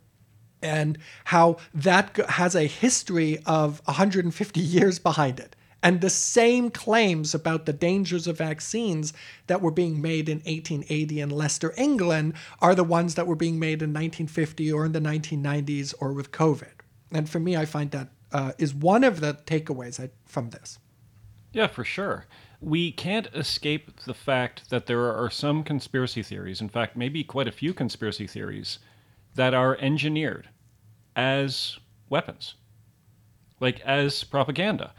Speaker 2: and how that g- has a history of 150 years behind it. And the same claims about the dangers of vaccines that were being made in 1880 in Leicester, England, are the ones that were being made in 1950 or in the 1990s or with COVID. And for me, I find that uh, is one of the takeaways I, from this.
Speaker 3: Yeah, for sure. We can't escape the fact that there are some conspiracy theories, in fact, maybe quite a few conspiracy theories, that are engineered as weapons, like as propaganda.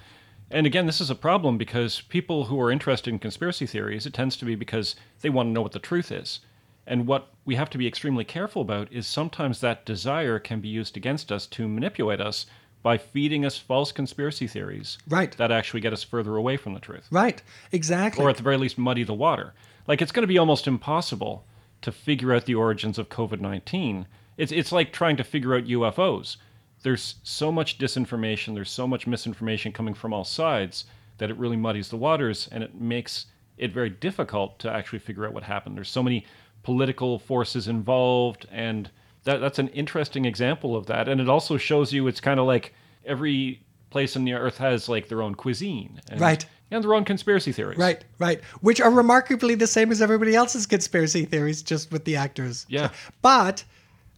Speaker 3: And again, this is a problem because people who are interested in conspiracy theories, it tends to be because they want to know what the truth is. And what we have to be extremely careful about is sometimes that desire can be used against us to manipulate us by feeding us false conspiracy theories
Speaker 2: Right.
Speaker 3: that actually get us further away from the truth,
Speaker 2: Right, exactly.
Speaker 3: or at the very least, muddy the water. Like it's going to be almost impossible to figure out the origins of COVID nineteen. It's it's like trying to figure out UFOs. There's so much disinformation. There's so much misinformation coming from all sides that it really muddies the waters, and it makes it very difficult to actually figure out what happened. There's so many political forces involved, and that, that's an interesting example of that. And it also shows you it's kind of like every place on the earth has like their own cuisine, and,
Speaker 2: Right.
Speaker 3: and their own conspiracy theories,
Speaker 2: Right, right. Which are remarkably the same as everybody else's conspiracy theories, just with the actors.
Speaker 3: Yeah.
Speaker 2: But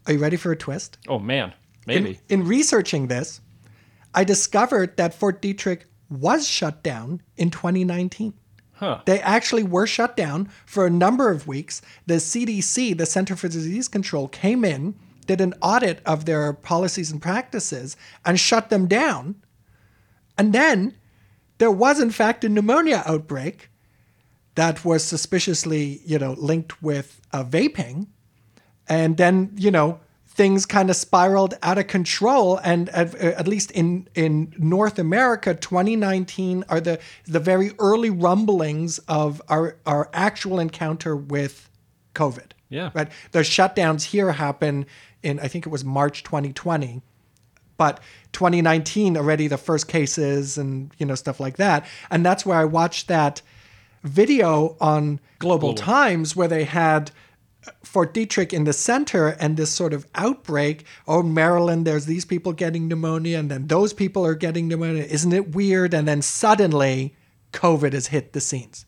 Speaker 2: are you ready for a twist?
Speaker 3: Oh man,
Speaker 2: In-
Speaker 3: maybe.
Speaker 2: In, researching this, I discovered that Fort Detrick was shut down in 2019.
Speaker 3: Huh.
Speaker 2: They actually were shut down for a number of weeks. The CDC, the Center for Disease Control, came in, did an audit of their policies and practices, and shut them down. And then there was, in fact, a pneumonia outbreak that was suspiciously, you know, linked with uh, vaping and then you know things kind of spiraled out of control and at, uh, at least in in North America 2019 are the the very early rumblings of our our actual encounter with covid
Speaker 3: Yeah.
Speaker 2: right the shutdowns here happen in i think it was March 2020 but 2019 already the first cases and you know stuff like that and that's where i watched that video on global times where they had uh, Fort Detrick in the center and this sort of outbreak. Oh, Maryland, there's these people getting pneumonia, and then those people are getting pneumonia. Isn't it weird? And then suddenly, COVID has hit the scenes.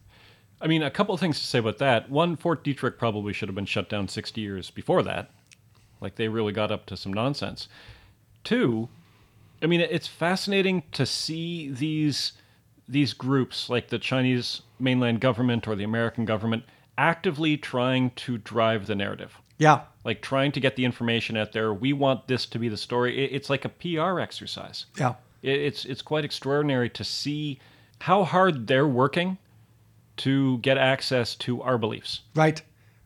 Speaker 3: I mean, a couple of things to say about that. One, Fort Detrick probably should have been shut down 60 years before that. Like, they really got up to some nonsense. Two, I mean, it's fascinating to see these these groups, like the Chinese mainland government or the American government, actively trying to drive the narrative,
Speaker 2: Yeah.
Speaker 3: like trying to get the information out there. We want this to be the story. It- It's like a PR exercise.
Speaker 2: Yeah.
Speaker 3: It- It's it's quite extraordinary to see how hard they're working to get access to our beliefs
Speaker 2: Right.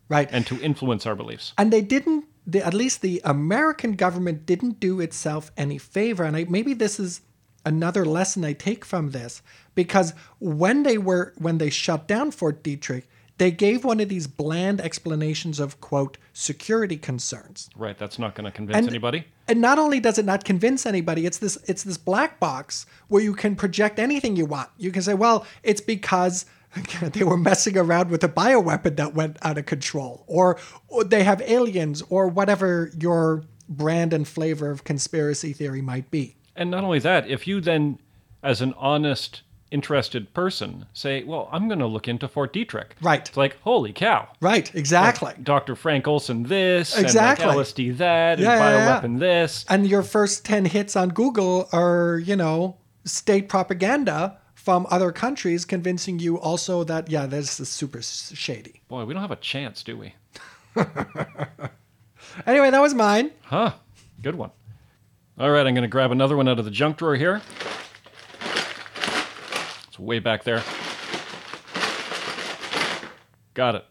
Speaker 2: Right.
Speaker 3: and to influence our beliefs.
Speaker 2: and they didn't the, at least the american government didn't do itself any favor and I, maybe this is another lesson i take from this because when they were when they shut down fort detrick they gave one of these bland explanations of quote security concerns
Speaker 3: Right, that's not going to convince
Speaker 2: And-
Speaker 3: anybody.
Speaker 2: and not only does it not convince anybody it's this it's this black box where you can project anything you want you can say well it's because [laughs] they were messing around with a bioweapon that went out of control or, or they have aliens or whatever your brand and flavor of conspiracy theory might be
Speaker 3: And not only that, if you then, as an honest, interested person, say, "Well, I'm going to look into Fort Detrick,"
Speaker 2: Right.
Speaker 3: It's like, holy cow!
Speaker 2: right exactly
Speaker 3: Dr. Frank Olson, this
Speaker 2: Exactly.
Speaker 3: and like LSD
Speaker 2: Yeah,
Speaker 3: that, and
Speaker 2: yeah, yeah.
Speaker 3: bioweapon this.
Speaker 2: and your first 10 hits on google are you know state propaganda from other countries convincing you also that yeah this is super s- shady
Speaker 3: Boy, we don't have a chance, do we?
Speaker 2: anyway that was mine
Speaker 3: Huh? Good one. All right, I'm going to grab another one out of the junk drawer here. It's way back there. Got it.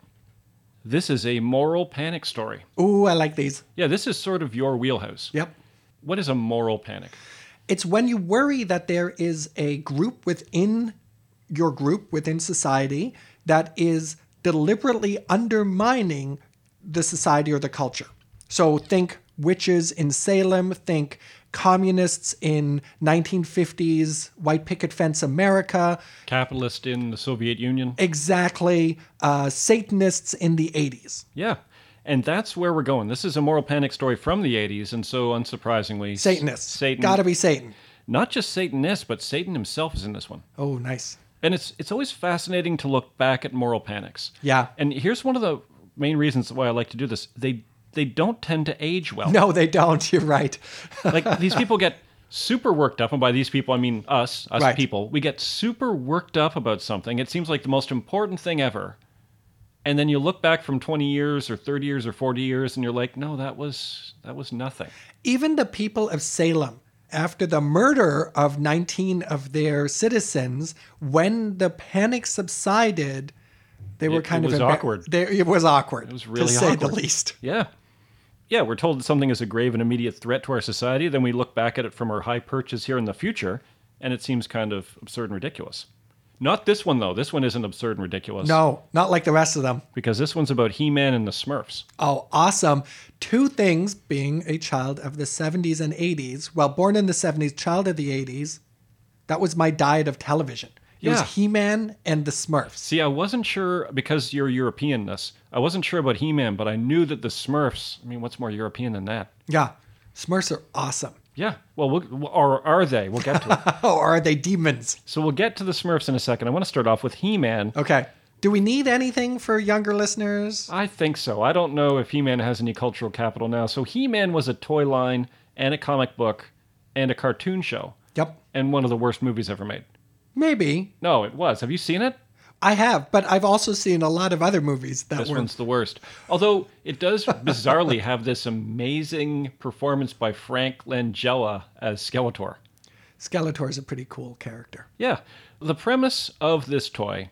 Speaker 3: This is a moral panic story.
Speaker 2: ooh i like these
Speaker 3: Yeah, this is sort of your wheelhouse.
Speaker 2: Yep.
Speaker 3: What is a moral panic?
Speaker 2: It's when you worry that there is a group within your group, within society, that is deliberately undermining the society or the culture. So think witches in Salem, think communists in 1950s white picket fence America,
Speaker 3: Capitalist in the Soviet Union?
Speaker 2: exactly, uh, Satanists in the 80s.
Speaker 3: Yeah. And that's where we're going. This is a moral panic story from the 80s, and so unsurprisingly, s-
Speaker 2: Satanists.
Speaker 3: Satan.
Speaker 2: Gotta be Satan.
Speaker 3: Not just Satanists, but Satan himself is in this one.
Speaker 2: Oh, nice.
Speaker 3: And it's it's always fascinating to look back at moral panics.
Speaker 2: Yeah.
Speaker 3: And here's one of the main reasons why I like to do this. They they don't tend to age
Speaker 2: [laughs]
Speaker 3: well.
Speaker 2: No, they don't. You're right.
Speaker 3: [laughs]
Speaker 2: [laughs]
Speaker 3: like these people get super worked up and by these people i mean us us
Speaker 2: Right.
Speaker 3: people we get super worked up about something it seems like the most important thing ever and then you look back from 20 years or 30 years or 40 years and you're like no that was that was nothing
Speaker 2: Even the people of Salem, after the murder of 19 of their citizens, when the panic subsided, they were
Speaker 3: It- it
Speaker 2: kind of
Speaker 3: was
Speaker 2: embar-
Speaker 3: awkward.
Speaker 2: They, it was awkward. It
Speaker 3: was really
Speaker 2: to say the
Speaker 3: awkward.
Speaker 2: least.
Speaker 3: yeah yeah we're told that something is a grave and immediate threat to our society then we look back at it from our high perches here in the future and it seems kind of absurd and ridiculous not this one though this one isn't absurd and ridiculous
Speaker 2: No, not like the rest of them.
Speaker 3: because this one's about he-man and the smurfs
Speaker 2: Oh, awesome. Two things being a child of the 70s and 80s, well, born in the 70s, child of the 80s, that was my diet of television. It
Speaker 3: Yeah.
Speaker 2: was He Man and the Smurfs.
Speaker 3: See, I wasn't sure because your Europeanness. I wasn't sure about He-Man, but I knew that the Smurfs. I mean, what's more European than that?
Speaker 2: Yeah. Smurfs are awesome. [laughs]
Speaker 3: Yeah. Well, we'll or are they? We'll get to it.
Speaker 2: Oh, are they demons?
Speaker 3: so we'll get to the Smurfs in a second. I want to start off with He-Man.
Speaker 2: Okay. Do we need anything for younger listeners?
Speaker 3: I think so. I don't know if He-Man has any cultural capital now. So He-Man was a toy line and a comic book and a cartoon show
Speaker 2: Yep.
Speaker 3: and one of the worst movies ever made.
Speaker 2: Maybe.
Speaker 3: No, it was. Have you seen it?
Speaker 2: I have, but I've also seen a lot of other movies that
Speaker 3: This
Speaker 2: were.
Speaker 3: one's the worst. Although it does bizarrely have this amazing performance by Frank Langella as Skeletor.
Speaker 2: Skeletor is a pretty cool character.
Speaker 3: Yeah. The premise of this toy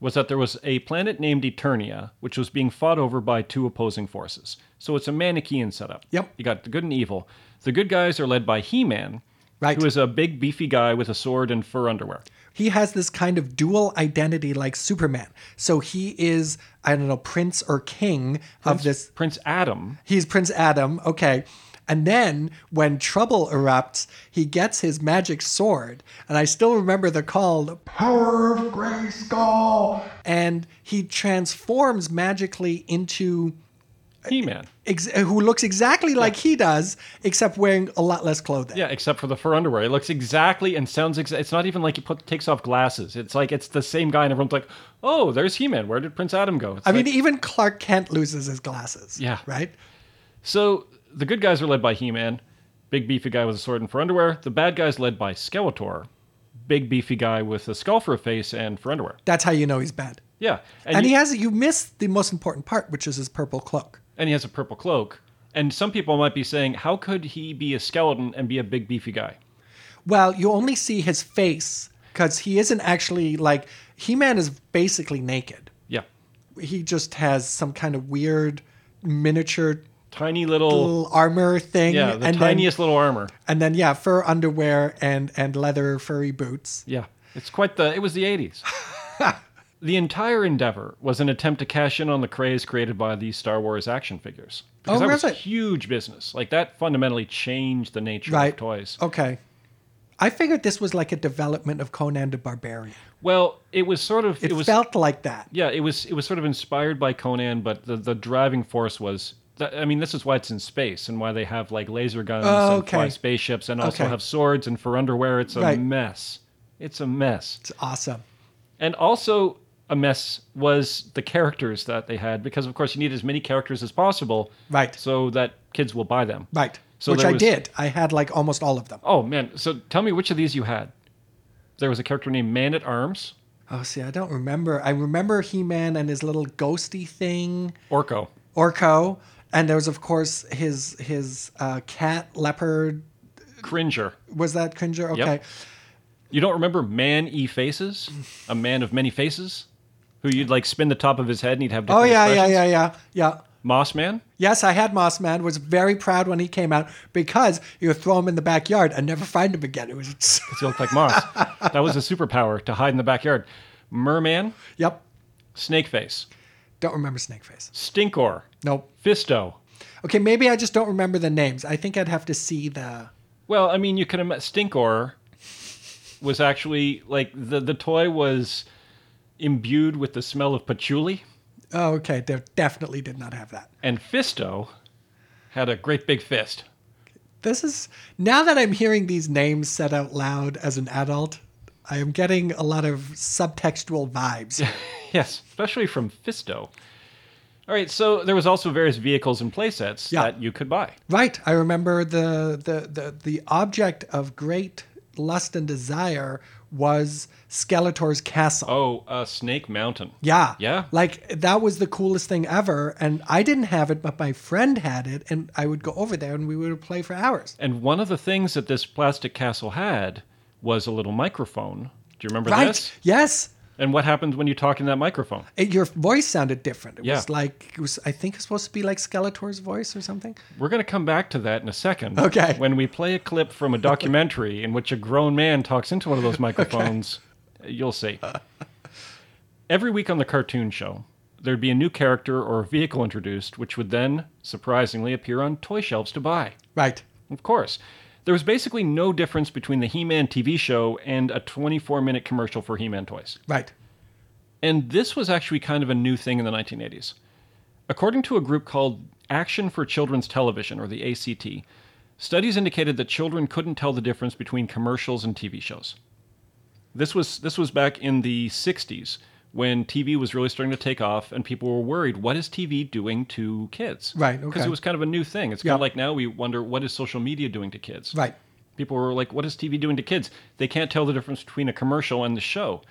Speaker 3: was that there was a planet named Eternia, which was being fought over by two opposing forces. So it's a Manichaean setup.
Speaker 2: Yep.
Speaker 3: You got the good and evil. The good guys are led by He Man,
Speaker 2: Right.
Speaker 3: who is a big, beefy guy with a sword and fur underwear.
Speaker 2: He has this kind of dual identity like Superman. So he is, I don't know, prince or king of this.
Speaker 3: Prince Adam.
Speaker 2: He's Prince Adam. Okay. And then when trouble erupts, he gets his magic sword. And I still remember the call, the power of Grayskull. And he transforms magically into
Speaker 3: He Man.
Speaker 2: ex- who looks exactly like he does, except wearing a lot less clothing.
Speaker 3: Yeah, except for the fur underwear. It looks exactly and sounds. Ex- it's not even like he put, takes off glasses. It's like it's the same guy, and everyone's like, "Oh, there's He Man. Where did Prince Adam go?" It's
Speaker 2: I
Speaker 3: like-
Speaker 2: mean, even Clark Kent loses his glasses.
Speaker 3: Yeah.
Speaker 2: Right?
Speaker 3: so the good guys are led by He Man, big beefy guy with a sword and fur underwear. The bad guys led by Skeletor, big beefy guy with a skull for a face and fur underwear.
Speaker 2: That's how you know he's bad.
Speaker 3: Yeah,
Speaker 2: And,
Speaker 3: you-
Speaker 2: he has, you miss the most important part, which is his purple cloak.
Speaker 3: and he has a purple cloak. And some people might be saying, how could he be a skeleton and be a big beefy guy?
Speaker 2: Well, you only see his face because he isn't actually like, He Man is basically naked.
Speaker 3: Yeah,
Speaker 2: He just has some kind of weird miniature
Speaker 3: tiny little,
Speaker 2: little armor thing.
Speaker 3: Oh. yeah, the
Speaker 2: and
Speaker 3: tiniest little armor.
Speaker 2: Then, and then, yeah, fur underwear and, and leather furry boots.
Speaker 3: Yeah, it's quite the. It was
Speaker 2: [laughs]
Speaker 3: the '80s. the entire endeavor was an attempt to cash in on the craze created by these Star Wars action figures. Because
Speaker 2: Oh,
Speaker 3: that was
Speaker 2: really?
Speaker 3: huge business. Like that fundamentally changed the nature
Speaker 2: Right.
Speaker 3: of toys.
Speaker 2: Okay. I figured this was like a development of Conan the Barbarian.
Speaker 3: Well, it was sort of.
Speaker 2: It,
Speaker 3: It, was.
Speaker 2: felt like that.
Speaker 3: yeah, it was. It was sort of inspired by Conan, but the the driving force was. That, I mean, this is why it's in space and why they have like laser guns
Speaker 2: Oh,
Speaker 3: and fly
Speaker 2: okay.
Speaker 3: spaceships and also
Speaker 2: Okay.
Speaker 3: have swords and for underwear. It's a
Speaker 2: Right.
Speaker 3: mess. It's a mess.
Speaker 2: It's awesome.
Speaker 3: And also a mess was the characters that they had because of course you need as many characters as possible.
Speaker 2: Right.
Speaker 3: So that kids will buy them.
Speaker 2: Right.
Speaker 3: So
Speaker 2: Which
Speaker 3: there
Speaker 2: I
Speaker 3: was-
Speaker 2: did. I had like almost all of them.
Speaker 3: Oh man, so tell me which of these you had. There was a character named Man at Arms,
Speaker 2: Oh, see, I don't remember. I remember He Man and his little ghosty thing,
Speaker 3: Orko.
Speaker 2: Orko. And there was, of course, his his uh, cat leopard.
Speaker 3: Cringer.
Speaker 2: Was that Cringer? Okay.
Speaker 3: Yep. You don't remember Man E Faces? A man of many faces? Who you'd like spin the top of his head and he'd have
Speaker 2: Oh,
Speaker 3: different
Speaker 2: yeah, yeah,
Speaker 3: expressions?
Speaker 2: yeah, yeah, yeah.
Speaker 3: Moss Man?
Speaker 2: Yes, I had Moss Man. Was very proud when he came out because you would throw him in the backyard and never find him again. It was,
Speaker 3: Because he looked like Moss. that was a superpower to hide in the backyard. Merman,
Speaker 2: [laughs] yep.
Speaker 3: Snake Face,
Speaker 2: Don't remember Snakeface.
Speaker 3: Stinkor,
Speaker 2: Nope.
Speaker 3: Fisto,
Speaker 2: Okay, maybe I just don't remember the names. I think I'd have to see the.
Speaker 3: Well, I mean, you can imagine Stinkor was actually like the the toy was imbued with the smell of patchouli,
Speaker 2: Oh, okay. They definitely did not have that.
Speaker 3: and Fisto had a great big fist.
Speaker 2: This is now that I'm hearing these names said out loud as an adult, I am getting a lot of subtextual vibes.
Speaker 3: [laughs]
Speaker 2: here.
Speaker 3: Yes, especially from Fisto. All right, so there was also various vehicles and playsets
Speaker 2: Yeah.
Speaker 3: that you could buy.
Speaker 2: right. I remember the, the the the object of great lust and desire was Skeletor's castle.
Speaker 3: Oh, uh, Snake Mountain.
Speaker 2: Yeah.
Speaker 3: Yeah.
Speaker 2: Like that was the coolest thing ever. And I didn't have it, but my friend had it. And I would go over there and we would play for hours.
Speaker 3: And one of the things that this plastic castle had was a little microphone. Do you remember
Speaker 2: Right.
Speaker 3: this?
Speaker 2: Yes.
Speaker 3: And what happens when you talk in that microphone?
Speaker 2: It, your voice sounded different. It
Speaker 3: Yeah.
Speaker 2: was like, it was, I think it's supposed to be like Skeletor's voice or something.
Speaker 3: We're going to come back to that in a second.
Speaker 2: Okay.
Speaker 3: When we play a clip from a documentary in which a grown man talks into one of those microphones, you'll see. Every week on the cartoon show, there'd be a new character or a vehicle introduced, which would then, surprisingly, appear on toy shelves to buy.
Speaker 2: Right.
Speaker 3: Of course. There was basically no difference between the He Man TV show and a 24 minute commercial for He Man toys.
Speaker 2: Right.
Speaker 3: And this was actually kind of a new thing in the 1980s. According to a group called Action for Children's Television, or the ACT, studies indicated that children couldn't tell the difference between commercials and TV shows. This was, this was back in the 60s when TV was really starting to take off and people were worried what is TV doing to kids?
Speaker 2: Right,
Speaker 3: Because
Speaker 2: okay.
Speaker 3: it was kind of a new thing. It's kind of
Speaker 2: Yeah.
Speaker 3: like now we wonder what is social media doing to kids?
Speaker 2: Right.
Speaker 3: People were like, what is TV doing to kids? They can't tell the difference between a commercial and the show.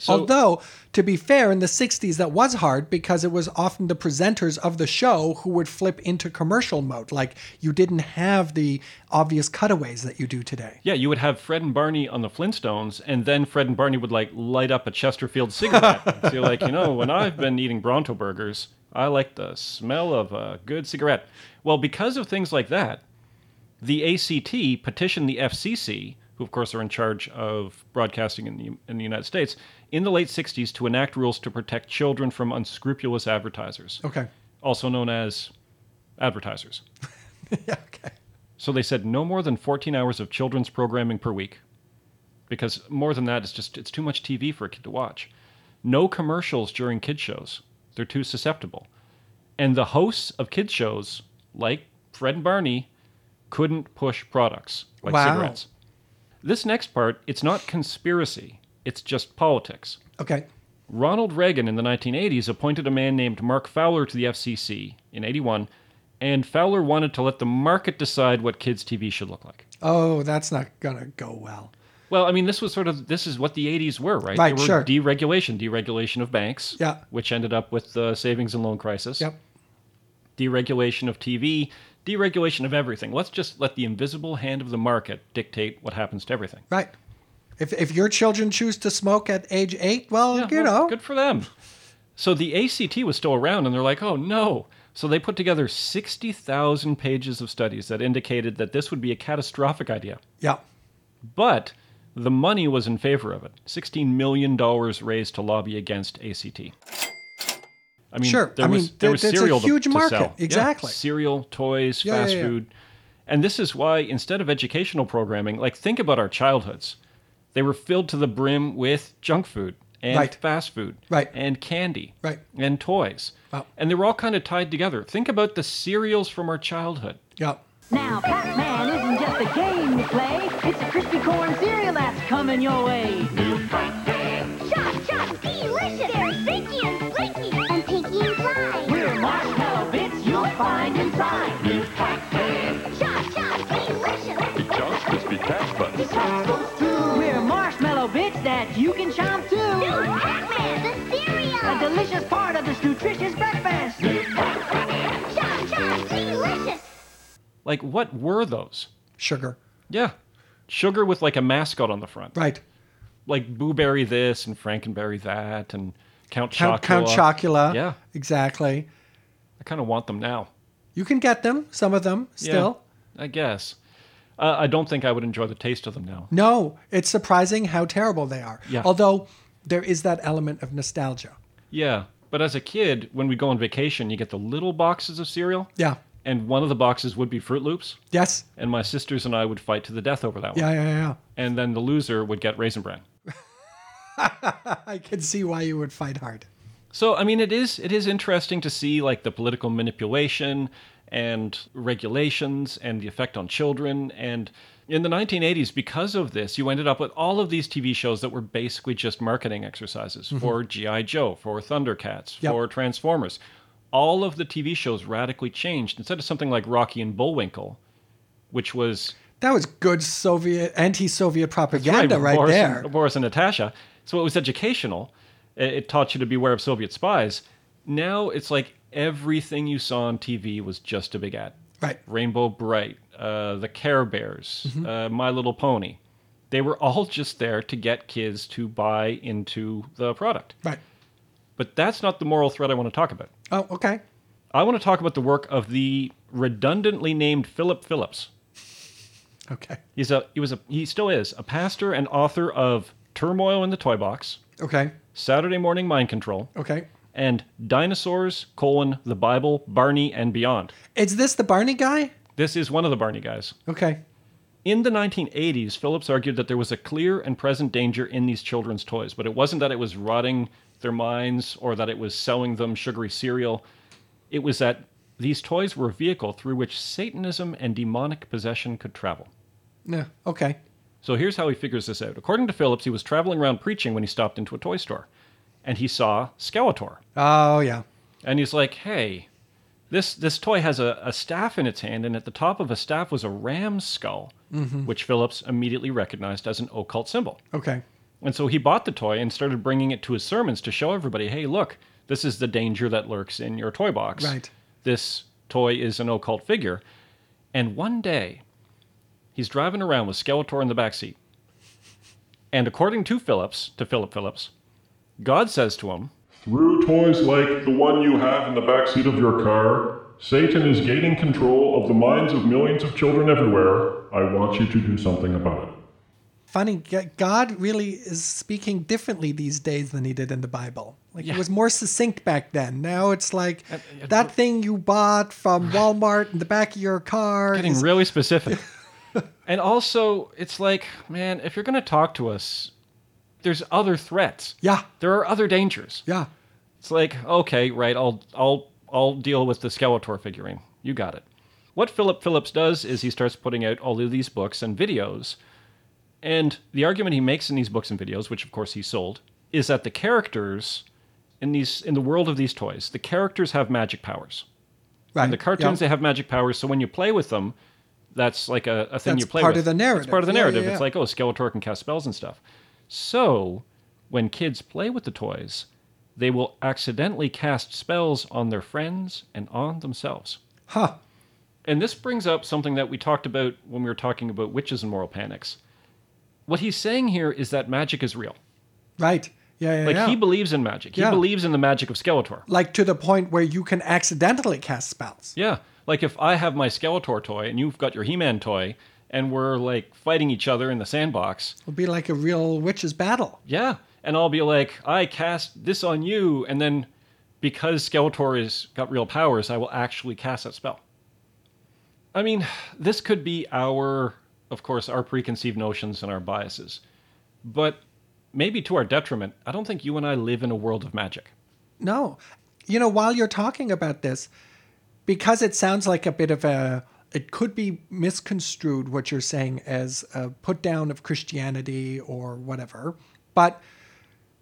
Speaker 3: So,
Speaker 2: Although, to be fair, in the 60s, that was hard because it was often the presenters of the show who would flip into commercial mode. Like, you didn't have the obvious cutaways that you do today.
Speaker 3: Yeah, you would have Fred and Barney on the Flintstones, and then Fred and Barney would like light up a Chesterfield cigarette. so you're like, you know, when I've been eating Bronto burgers, I like the smell of a good cigarette. Well, because of things like that, the ACT petitioned the FCC, who of course are in charge of broadcasting in the in the United States, in the late '60s to enact rules to protect children from unscrupulous advertisers,
Speaker 2: Okay. [laughs]
Speaker 3: also known as advertisers.
Speaker 2: Yeah, okay.
Speaker 3: So they said no more than 14 hours of children's programming per week. Because more than that, it's just it's too much TV for a kid to watch. No commercials during kid shows. They're too susceptible. And the hosts of kids shows, like Fred and Barney, couldn't push products like
Speaker 2: Wow.
Speaker 3: cigarettes. This next part, it's not conspiracy, it's just politics.
Speaker 2: Okay.
Speaker 3: Ronald Reagan in the 1980s appointed a man named Mark Fowler to the FCC in 81, and Fowler wanted to let the market decide what kids' TV should look like.
Speaker 2: Oh, that's not gonna go well.
Speaker 3: Well, I mean, this was sort of this is what the '80s were, right?
Speaker 2: Right,
Speaker 3: They were
Speaker 2: sure.
Speaker 3: Deregulation, deregulation of banks,
Speaker 2: Yeah.
Speaker 3: which ended up with the savings and loan crisis.
Speaker 2: Yep.
Speaker 3: Deregulation of TV, deregulation of everything. Let's just let the invisible hand of the market dictate what happens to everything.
Speaker 2: Right. If if your children choose to smoke at age eight, well,
Speaker 3: Yeah,
Speaker 2: you
Speaker 3: well,
Speaker 2: know,
Speaker 3: good for them. So the ACT was still around, and they're like, "Oh no!" So they put together sixty thousand pages of studies that indicated that this would be a catastrophic idea.
Speaker 2: yeah.
Speaker 3: but the money was in favor of it. $16 million raised to lobby against ACT. I mean,
Speaker 2: Sure.
Speaker 3: there
Speaker 2: I
Speaker 3: was,
Speaker 2: mean,
Speaker 3: there
Speaker 2: th-
Speaker 3: was
Speaker 2: that's a
Speaker 3: cereal to-
Speaker 2: huge
Speaker 3: to
Speaker 2: market.
Speaker 3: sell. Yeah,
Speaker 2: Exactly.
Speaker 3: cereal, toys,
Speaker 2: Yeah, yeah,
Speaker 3: fast
Speaker 2: yeah.
Speaker 3: food. And this is why, instead of educational programming, like think about our childhoods, they were filled to the brim with junk food and
Speaker 2: Right.
Speaker 3: fast food
Speaker 2: Right.
Speaker 3: and candy
Speaker 2: Right.
Speaker 3: and toys.
Speaker 2: Wow.
Speaker 3: And they were all kind of tied together. Think about the cereals from our childhood.
Speaker 2: Yeah.
Speaker 5: Now, Pac-Man isn't just a game you play. It's a crispy corn cereal that's coming your way.
Speaker 6: Chop, chop, delicious! They're Binky and Blinky and Pinky and Fly.
Speaker 5: We're marshmallow bits you'll find inside.
Speaker 6: Chop, chop, delicious!
Speaker 5: We're marshmallow bits that you can chomp
Speaker 6: New
Speaker 5: too.
Speaker 6: Pac-Man, the
Speaker 5: A
Speaker 6: cereal!
Speaker 5: delicious part of this nutritious breakfast.
Speaker 6: Chop, chop, delicious!
Speaker 3: Like, what were those?
Speaker 2: Sugar.
Speaker 3: Yeah. Sugar with like a mascot on the front.
Speaker 2: Right.
Speaker 3: Like Booberry this and Frankenberry that and Count Chocula.
Speaker 2: Count Count Chocula.
Speaker 3: Yeah.
Speaker 2: Exactly.
Speaker 3: I kind of want them now.
Speaker 2: You can get them. Some of them
Speaker 3: Yeah,
Speaker 2: still.
Speaker 3: I guess. Uh, I don't think I would enjoy the taste of them now.
Speaker 2: No, it's surprising how terrible they are.
Speaker 3: Yeah.
Speaker 2: Although there is that element of nostalgia.
Speaker 3: Yeah. But as a kid, when we go on vacation, you get the little boxes of cereal.
Speaker 2: Yeah.
Speaker 3: And one of the boxes would be Fruit Loops.
Speaker 2: Yes.
Speaker 3: And my sisters and I would fight to the death over that one.
Speaker 2: Yeah, yeah, yeah.
Speaker 3: And then the loser would get Raisin Bran.
Speaker 2: [laughs] I can see why you would fight hard.
Speaker 3: So I mean, it is it is interesting to see like the political manipulation and regulations and the effect on children. And in the 1980s, because of this, you ended up with all of these TV shows that were basically just marketing exercises for GI Joe, for Thundercats,
Speaker 2: Yep.
Speaker 3: for Transformers. All of the TV shows radically changed. Instead of something like Rocky and Bullwinkle, which was
Speaker 2: That was good Soviet anti-Soviet propaganda right,
Speaker 3: Right, Boris
Speaker 2: there.
Speaker 3: And, Boris and Natasha. So it was educational. It, it taught you to beware of Soviet spies. Now it's like everything you saw on TV was just a big ad.
Speaker 2: Right.
Speaker 3: Rainbow Bright, uh, the Care Bears,
Speaker 2: Mm-hmm.
Speaker 3: uh, My Little Pony. They were all just there to get kids to buy into the product.
Speaker 2: Right.
Speaker 3: But that's not the moral thread I want to talk about.
Speaker 2: Oh, okay.
Speaker 3: I want to talk about the work of the redundantly named Philip Phillips.
Speaker 2: Okay.
Speaker 3: He's a he was a he still is a pastor and author of Turmoil in the Toy Box,
Speaker 2: Okay.
Speaker 3: Saturday Morning Mind Control,
Speaker 2: Okay.
Speaker 3: and Dinosaurs, colon, the Bible, Barney, and Beyond.
Speaker 2: Is this the Barney guy?
Speaker 3: This is one of the Barney guys.
Speaker 2: Okay.
Speaker 3: In the 1980s, Phillips argued that there was a clear and present danger in these children's toys, but it wasn't that it was rotting their minds or that it was selling them sugary cereal. It was that these toys were a vehicle through which Satanism and demonic possession could travel.
Speaker 2: No. Okay.
Speaker 3: So here's how he figures this out. According to Phillips, he was traveling around preaching when he stopped into a toy store and he saw Skeletor.
Speaker 2: Oh yeah.
Speaker 3: and he's like, "Hey, this this toy has a, a staff in its hand, and at the top of a staff was a ram's skull, which Phillips immediately recognized as an occult symbol.
Speaker 2: Okay.
Speaker 3: And so he bought the toy and started bringing it to his sermons to show everybody, "Hey, look, this is the danger that lurks in your toy box.
Speaker 2: Right.
Speaker 3: This toy is an occult figure." And one day, he's driving around with Skeletor in the backseat. And according to Phillips, to Philip Phillips, God says to him,
Speaker 7: Through toys like the one you have in the backseat of your car, Satan is gaining control of the minds of millions of children everywhere. I want you to do something about it.
Speaker 2: Funny, G- God really is speaking differently these days than he did in the Bible. Like
Speaker 3: Yeah.
Speaker 2: it was more succinct back then. Now it's like
Speaker 3: uh,
Speaker 2: that thing you bought from Walmart in the back of your car.
Speaker 3: getting
Speaker 2: is-
Speaker 3: really specific. [laughs] and also, it's like, man, if you're going to talk to us, there's other threats.
Speaker 2: yeah.
Speaker 3: There are other dangers.
Speaker 2: Yeah.
Speaker 3: It's like, okay, right, I'll I'll I'll deal with the Skeletor figurine. You got it. What Philip Phillips does is he starts putting out all of these books and videos. And the argument he makes in these books and videos, which of course he sold, is that the characters in these in the world of these toys, the characters have magic powers.
Speaker 2: Right.
Speaker 3: In the cartoons,
Speaker 2: yeah.
Speaker 3: they have magic powers, so when you play with them, that's like a, a thing
Speaker 2: That's
Speaker 3: you play
Speaker 2: part
Speaker 3: with.
Speaker 2: of the
Speaker 3: It's part of
Speaker 2: narrative. Yeah,
Speaker 3: the narrative.
Speaker 2: yeah,
Speaker 3: It's
Speaker 2: yeah.
Speaker 3: like, oh, Skeletor can cast spells and stuff. So when kids play with the toys, they will accidentally cast spells on their friends and on themselves.
Speaker 2: Huh.
Speaker 3: And this brings up something that we talked about when we were talking about witches and moral panics. What he's saying here is that magic is real.
Speaker 2: Right. Yeah, yeah,
Speaker 3: Like
Speaker 2: yeah.
Speaker 3: he believes in magic. He
Speaker 2: Yeah.
Speaker 3: believes in the magic of Skeletor.
Speaker 2: like to the point where you can accidentally cast spells.
Speaker 3: Yeah. Like if I have my Skeletor toy and you've got your He-Man toy and we're like fighting each other in the sandbox.
Speaker 2: It'll be like a real witch's battle.
Speaker 3: Yeah. And I'll be like, I cast this on you and then because Skeletor has got real powers, I will actually cast that spell. I mean, this could be our of course our preconceived notions and our biases. But maybe to our detriment, I don't think you and I live in a world of magic.
Speaker 2: No. You know, while you're talking about this, because it sounds like a bit of a, it could be misconstrued what you're saying as a put down of Christianity or whatever, but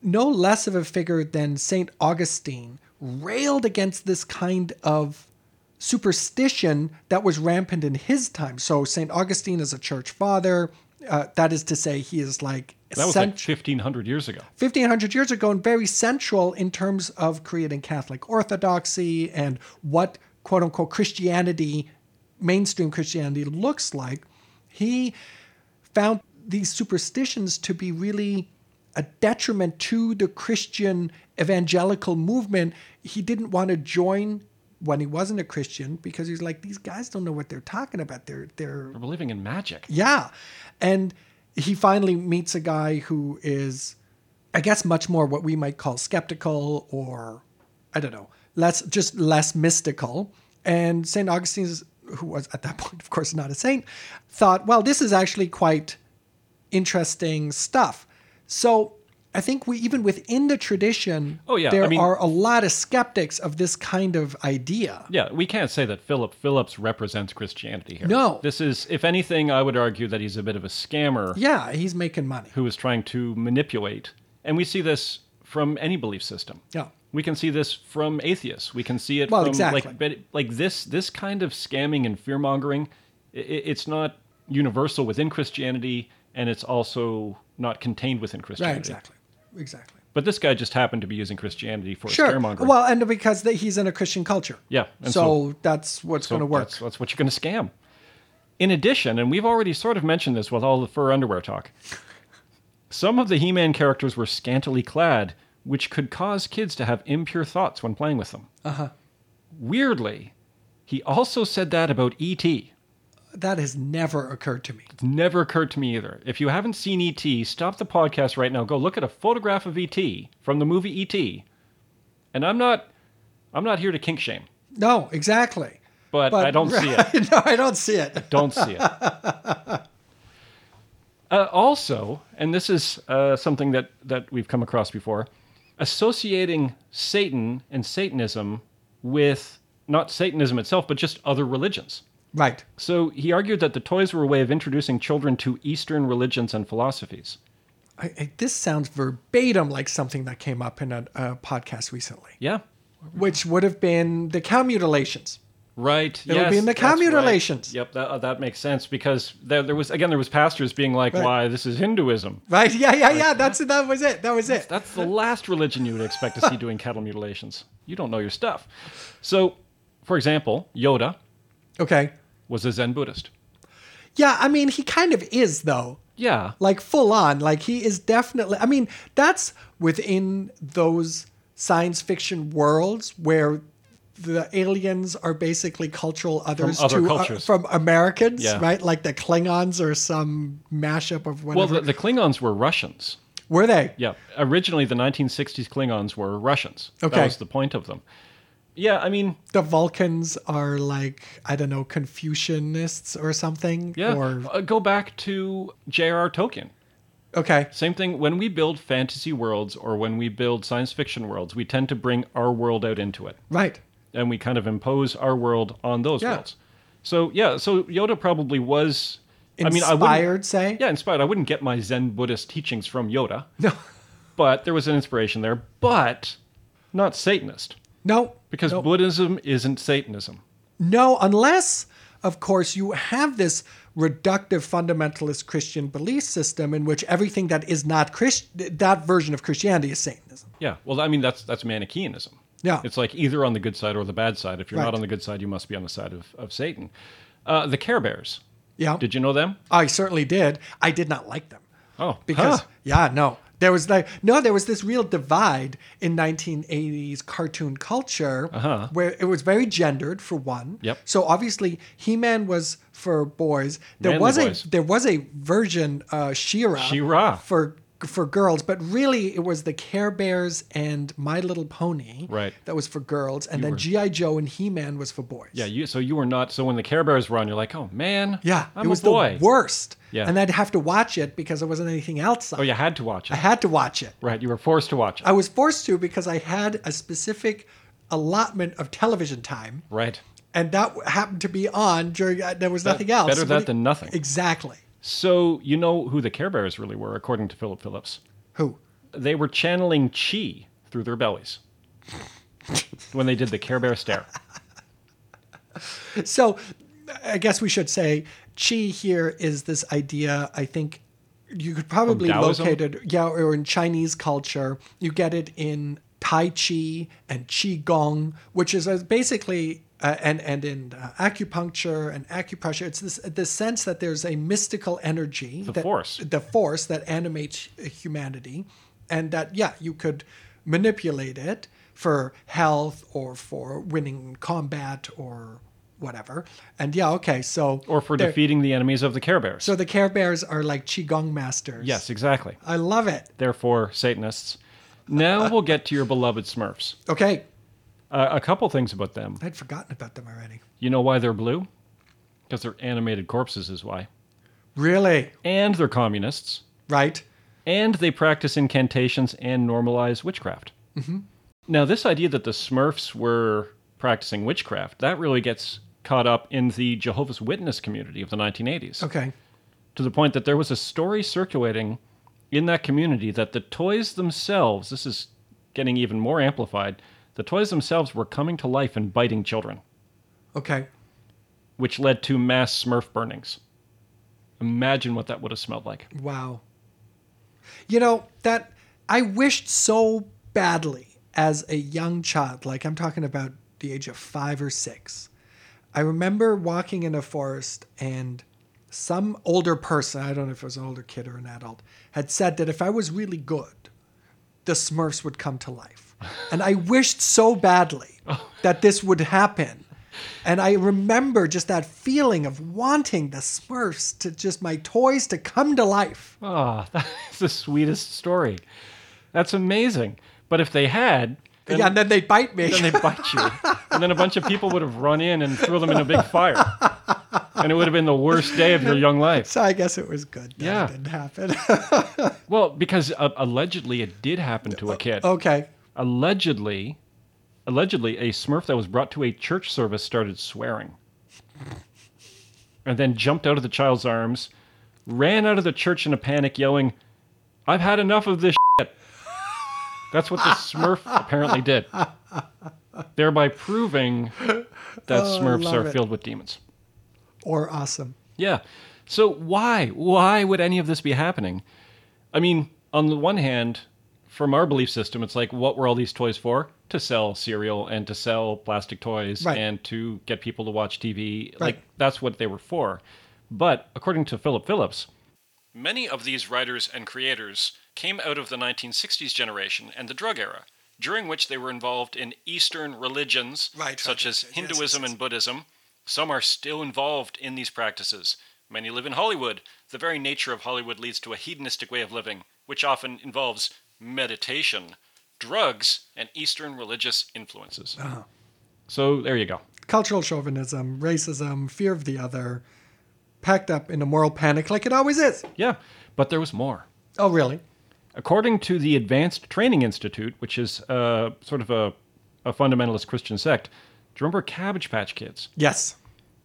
Speaker 2: no less of a figure than St. Augustine railed against this kind of superstition that was rampant in his time. So, St. Augustine is a church father. Uh, that is to say, he is like
Speaker 3: That was
Speaker 2: cent-
Speaker 3: like 1500 years ago.
Speaker 2: 1500 years ago and very central in terms of creating Catholic orthodoxy and what quote unquote Christianity, mainstream Christianity looks like. He found these superstitions to be really a detriment to the Christian evangelical movement. He didn't want to join when he wasn't a Christian because he was like, these guys don't know what they're talking about. They're, they're
Speaker 3: We're living in magic.
Speaker 2: yeah. And he finally meets a guy who is, I guess, much more what we might call skeptical or, I don't know, less, just less mystical. And St. Augustine's, who was at that [laughs] point, of course, not a saint, thought, well, this is actually quite interesting stuff. So I think we, even within the tradition,
Speaker 3: Oh, yeah. I
Speaker 2: there
Speaker 3: mean-
Speaker 2: are a lot of skeptics of this kind of idea.
Speaker 3: Yeah, we can't say that Philip Phillips represents Christianity here.
Speaker 2: No.
Speaker 3: This is, if anything, I would argue that he's a bit of a scammer
Speaker 2: Yeah, he's making money.
Speaker 3: who is trying to manipulate. And we see this from any belief system.
Speaker 2: Yeah.
Speaker 3: We can see this from atheists. We can see it
Speaker 2: Well,
Speaker 3: from
Speaker 2: exactly.
Speaker 3: like but- like this this kind of scamming and fear mongering. It's not universal within Christianity, and it's also not contained within Christianity.
Speaker 2: Right, exactly. Exactly.
Speaker 3: But this guy just happened to be using Christianity for his
Speaker 2: Sure.
Speaker 3: scaremongering.
Speaker 2: Well, and because that he's in a Christian culture.
Speaker 3: Yeah, and
Speaker 2: So, that's what's going to work.
Speaker 3: That's, that's what you're going to scam. In addition, and we've already sort of mentioned this with all the fur underwear talk, some of the He Man characters were scantily clad, which could cause kids to have impure thoughts when playing with them. Uh huh. Weirdly, he also said that about E E.T.
Speaker 2: That has never occurred to me.
Speaker 3: Never occurred to me either. If you haven't seen E.T., stop the podcast right now. Go look at a photograph of E.T. from the movie E.T. And I'm not, I'm not here to kink shame,
Speaker 2: No, exactly.
Speaker 3: but, I don't
Speaker 2: [laughs]
Speaker 3: see it.
Speaker 2: no, I don't see it.
Speaker 3: Don't see [laughs] it. uh, also, and this is uh, something that, that we've come across before, associating Satan and Satanism with not Satanism itself, but just other religions.
Speaker 2: Right.
Speaker 3: So he argued that the toys were a way of introducing children to Eastern religions and philosophies.
Speaker 2: I, I, this sounds verbatim like something that came up in a, a podcast recently,
Speaker 3: Yeah.
Speaker 2: which would have been the cow mutilations.
Speaker 3: Right.
Speaker 2: It would be in the
Speaker 3: that's
Speaker 2: commune
Speaker 3: right.
Speaker 2: relations.
Speaker 3: Yep, that, uh, that makes sense because there, there was again there was pastors being like,
Speaker 2: Right.
Speaker 3: "Why this is Hinduism?
Speaker 2: Right? [laughs] Yeah, yeah, yeah. That's that was it. That was it.
Speaker 3: That's the last religion you would expect
Speaker 2: [laughs]
Speaker 3: to see doing cattle mutilations. You don't know your stuff. So, for example, Yoda
Speaker 2: Okay.
Speaker 3: was a Zen Buddhist.
Speaker 2: Yeah, I mean, he kind of is though.
Speaker 3: Yeah.
Speaker 2: like full on like he is definitely i mean that's within those science fiction worlds where the aliens are basically cultural others
Speaker 3: other
Speaker 2: to uh,
Speaker 3: cultures.
Speaker 2: from americans
Speaker 3: Yeah.
Speaker 2: right like the klingons or some mashup of
Speaker 3: Well,
Speaker 2: whatever
Speaker 3: the, the Klingons were Russians.
Speaker 2: were they
Speaker 3: Yeah. Originally, the 1960s Klingons were Russians.
Speaker 2: Okay.
Speaker 3: That was the point of them. Yeah, I mean,
Speaker 2: the vulcans are like i don't know confucianists or something
Speaker 3: yeah.
Speaker 2: or
Speaker 3: Uh, go back to J.R.R. Tolkien.
Speaker 2: okay
Speaker 3: Same thing. When we build fantasy worlds or when we build science fiction worlds, we tend to bring our world out into it.
Speaker 2: right [laughs]
Speaker 3: and we kind of impose our world on those
Speaker 2: Yeah.
Speaker 3: worlds. So yeah, so Yoda probably was. I mean, I
Speaker 2: Inspired,
Speaker 3: wouldn't,
Speaker 2: say?
Speaker 3: yeah, inspired. I wouldn't get my Zen Buddhist teachings from Yoda. No, but there was an inspiration there, but not Satanist
Speaker 2: No.
Speaker 3: because
Speaker 2: no.
Speaker 3: Buddhism isn't Satanism.
Speaker 2: No, unless, of course, you have this reductive fundamentalist Christian belief system in which everything that is not Christ- that version of Christianity is Satanism.
Speaker 3: Yeah, well, I mean that's that's Manichaeanism.
Speaker 2: Yeah.
Speaker 3: it's like either on the good side or the bad side. If you're
Speaker 2: Right.
Speaker 3: not on the good side, you must be on the side of of Satan. Uh, the Care Bears.
Speaker 2: Yeah.
Speaker 3: Did you know them?
Speaker 2: I certainly did. I did not like them.
Speaker 3: Oh,
Speaker 2: Because
Speaker 3: huh.
Speaker 2: yeah, no. There was like no, there was this real divide in 1980s cartoon culture where it was very gendered for one.
Speaker 3: Uh-huh. Yep.
Speaker 2: So obviously He-Man was for boys. There
Speaker 3: Manly
Speaker 2: was
Speaker 3: boys.
Speaker 2: a there was a version uh She-Ra,
Speaker 3: She-Ra.
Speaker 2: for for girls, but really it was the Care Bears and My Little Pony
Speaker 3: Right.
Speaker 2: that was for girls and then GI Joe and He-Man was for boys.
Speaker 3: yeah. You so you were not. So when the Care Bears were on, you're like, oh man,
Speaker 2: Yeah,
Speaker 3: I'm
Speaker 2: it was
Speaker 3: a boy.
Speaker 2: the worst.
Speaker 3: Yeah.
Speaker 2: And I'd have to watch it because there wasn't anything else.
Speaker 3: Oh, you had to watch
Speaker 2: I
Speaker 3: it.
Speaker 2: had to watch it.
Speaker 3: Right, you were forced to watch it.
Speaker 2: I was forced to because I had a specific allotment of television time,
Speaker 3: right.
Speaker 2: and that happened to be on during. Uh, there was nothing else.
Speaker 3: better that
Speaker 2: Really-
Speaker 3: than nothing.
Speaker 2: Exactly.
Speaker 3: So you know who the Care Bears really were, according to Philip Phillips.
Speaker 2: Who?
Speaker 3: They were channeling chi through their
Speaker 2: [laughs]
Speaker 3: bellies when they did the Care Bear stare.
Speaker 2: [laughs] So, I guess we should say chi here is this idea. I think you could probably
Speaker 3: Taoism?
Speaker 2: locate it. Yeah, or in Chinese culture, you get it in Tai Chi and Qi Gong, which is uh, basically. Uh, and and in uh, acupuncture and acupressure, it's this this sense that there's a mystical energy, the
Speaker 3: force.
Speaker 2: the force that animates humanity, and that yeah, you could manipulate it for health or for winning combat or whatever. And yeah, okay, so
Speaker 3: Or for
Speaker 2: they're-
Speaker 3: defeating the enemies of the Care Bears.
Speaker 2: So the Care Bears are like qigong masters.
Speaker 3: yes, exactly.
Speaker 2: I love it.
Speaker 3: Therefore, Satanists. Now we'll get to your beloved Smurfs.
Speaker 2: Okay,
Speaker 3: Uh, a couple things about them.
Speaker 2: I'd forgotten about them already.
Speaker 3: You know why they're blue? Because they're animated corpses, is why.
Speaker 2: Really,
Speaker 3: And they're communists.
Speaker 2: right?
Speaker 3: and they practice incantations and normalize witchcraft. Now, this idea that the Smurfs were practicing witchcraft that really gets caught up in the Jehovah's Witness community of the 1980s,
Speaker 2: Okay,
Speaker 3: to the point that there was a story circulating in that community that the toys themselves, this is getting even more amplified, the toys themselves were coming to life and biting children,
Speaker 2: okay.
Speaker 3: which led to mass Smurf burnings. Imagine what that would have smelled like.
Speaker 2: Wow. You know, that I wished so badly as a young child, like I'm talking about the age of five or six. I remember walking in a forest and some older person, I don't know if it was an older kid or an adult, had said that if I was really good, the Smurfs would come to life. And I wished so badly that this would happen. And I remember just that feeling of wanting the Smurfs to just my toys to come to life.
Speaker 3: Ah, [laughs] that's the sweetest story. That's amazing. But if they had,
Speaker 2: [laughs]
Speaker 3: then,
Speaker 2: yeah, and then they bite me.
Speaker 3: then they'd bite you. and then a bunch of people would have run in and threw them in a big fire. And it would have been the worst day of your young
Speaker 2: [laughs]
Speaker 3: life.
Speaker 2: so I guess it was good that
Speaker 3: Yeah.
Speaker 2: it didn't happen. [laughs]
Speaker 3: Well, because uh, allegedly it did happen to a
Speaker 2: Oh,
Speaker 3: kid.
Speaker 2: okay.
Speaker 3: Allegedly, allegedly, a Smurf that was brought to a church service started swearing. And then jumped out of the child's arms, ran out of the church in a panic, yelling, I've had enough of this shit. That's what
Speaker 2: [laughs]
Speaker 3: the Smurf apparently did, thereby proving that
Speaker 2: Oh,
Speaker 3: Smurfs
Speaker 2: love
Speaker 3: are
Speaker 2: it.
Speaker 3: filled with demons.
Speaker 2: Or awesome.
Speaker 3: Yeah. So why why would any of this be happening? I mean, on the one hand, from our belief system, it's like what were all these toys for? To sell cereal and to sell plastic toys
Speaker 2: Right.
Speaker 3: and to get people to watch TV.
Speaker 2: Right.
Speaker 3: Like that's what they were for. But according to Philip Phillips, many of these writers and creators came out of the 1960s generation and the drug era, during which they were involved in Eastern religions
Speaker 2: Right,
Speaker 3: such
Speaker 2: right,
Speaker 3: as
Speaker 2: right. Yes, yes,
Speaker 3: Hinduism and
Speaker 2: yes.
Speaker 3: and Buddhism. Some are still involved in these practices. Many live in Hollywood. The very nature of Hollywood leads to a hedonistic way of living, which often involves meditation, drugs, and Eastern religious influences. So there you go.
Speaker 2: Cultural chauvinism, racism, fear of the other, packed up in a moral panic like it always is.
Speaker 3: Yeah, but there was more.
Speaker 2: Oh, really?
Speaker 3: According to the Advanced Training Institute, which is uh, sort of a, a fundamentalist Christian sect, you remember Cabbage Patch Kids?
Speaker 2: Yes.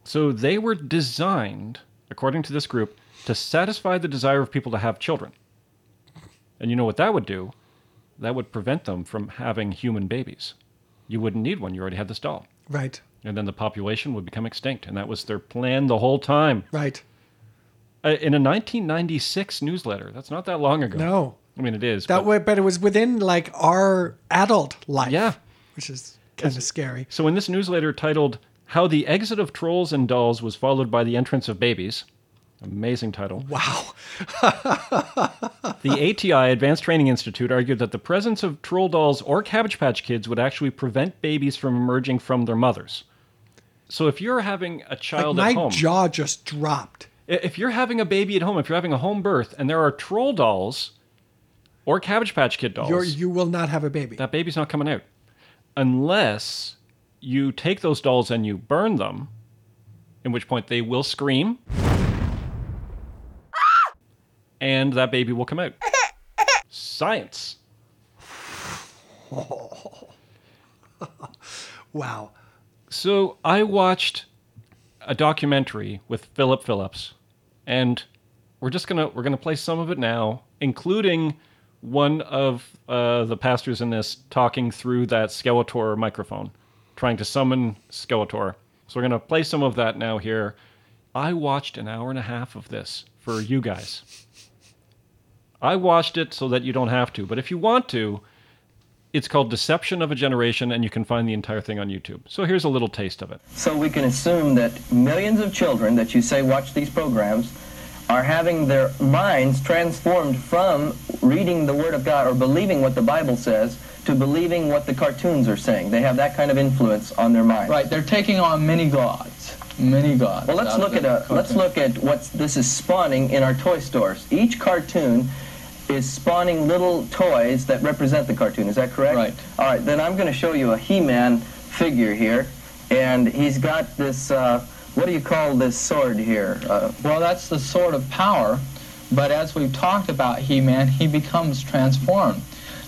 Speaker 3: So they were designed, according to this group, to satisfy the desire of people to have children. And you know what that would do? That would prevent them from having human babies. You wouldn't need one. You already had this doll.
Speaker 2: Right.
Speaker 3: And then the population would become extinct. And that was their plan the whole time.
Speaker 2: Right.
Speaker 3: Uh, In a 1996 newsletter, that's not that long ago.
Speaker 2: No.
Speaker 3: I mean, it is.
Speaker 2: That
Speaker 3: but-
Speaker 2: way, but it was within like our adult life.
Speaker 3: Yeah.
Speaker 2: Which is kind of scary.
Speaker 3: So in this newsletter titled How the Exit of Trolls and Dolls Was Followed by the Entrance of Babies, amazing title.
Speaker 2: Wow. [laughs]
Speaker 3: The ATI Advanced Training Institute argued that the presence of troll dolls or cabbage patch kids would actually prevent babies from emerging from their mothers. So if you're having a
Speaker 2: Like
Speaker 3: child
Speaker 2: my
Speaker 3: at home,
Speaker 2: jaw just dropped.
Speaker 3: i- if you're having a baby at home, if you're having a home birth and there are troll dolls or cabbage patch kid dolls,
Speaker 2: You're, you will not have a baby.
Speaker 3: that baby's not coming out unless you take those dolls and you burn them in which point they will scream and that baby will come out science
Speaker 2: Wow.
Speaker 3: so i watched a documentary with philip phillips and we're just gonna we're gonna play some of it now including one of uh, the pastors in this talking through that skeletor microphone trying to summon skeletor so we're gonna play some of that now here i watched an hour and a half of this for you guys i watched it so that you don't have to but if you want to it's called deception of a generation and you can find the entire thing on youtube so here's a little taste of it
Speaker 8: So we can assume that millions of children that you say watch these programs are having their minds transformed from reading the Word of God or believing what the Bible says to believing what the cartoons are saying. They have that kind of influence on their mind.
Speaker 9: Right, they're taking on mini gods. Mini gods.
Speaker 8: Well, let's
Speaker 9: out
Speaker 8: look
Speaker 9: of
Speaker 8: at a,
Speaker 9: the
Speaker 8: let's
Speaker 9: cartoon.
Speaker 8: look at what this is spawning in our toy stores. Each cartoon is spawning little toys that represent the cartoon. Is that correct?
Speaker 9: Right.
Speaker 8: All right. Then I'm going to show you a He-Man figure here, and he's got this. Uh, what do you call this sword here? Uh,
Speaker 9: Well, that's the sword of power, but as we've talked about He-Man, he becomes transformed.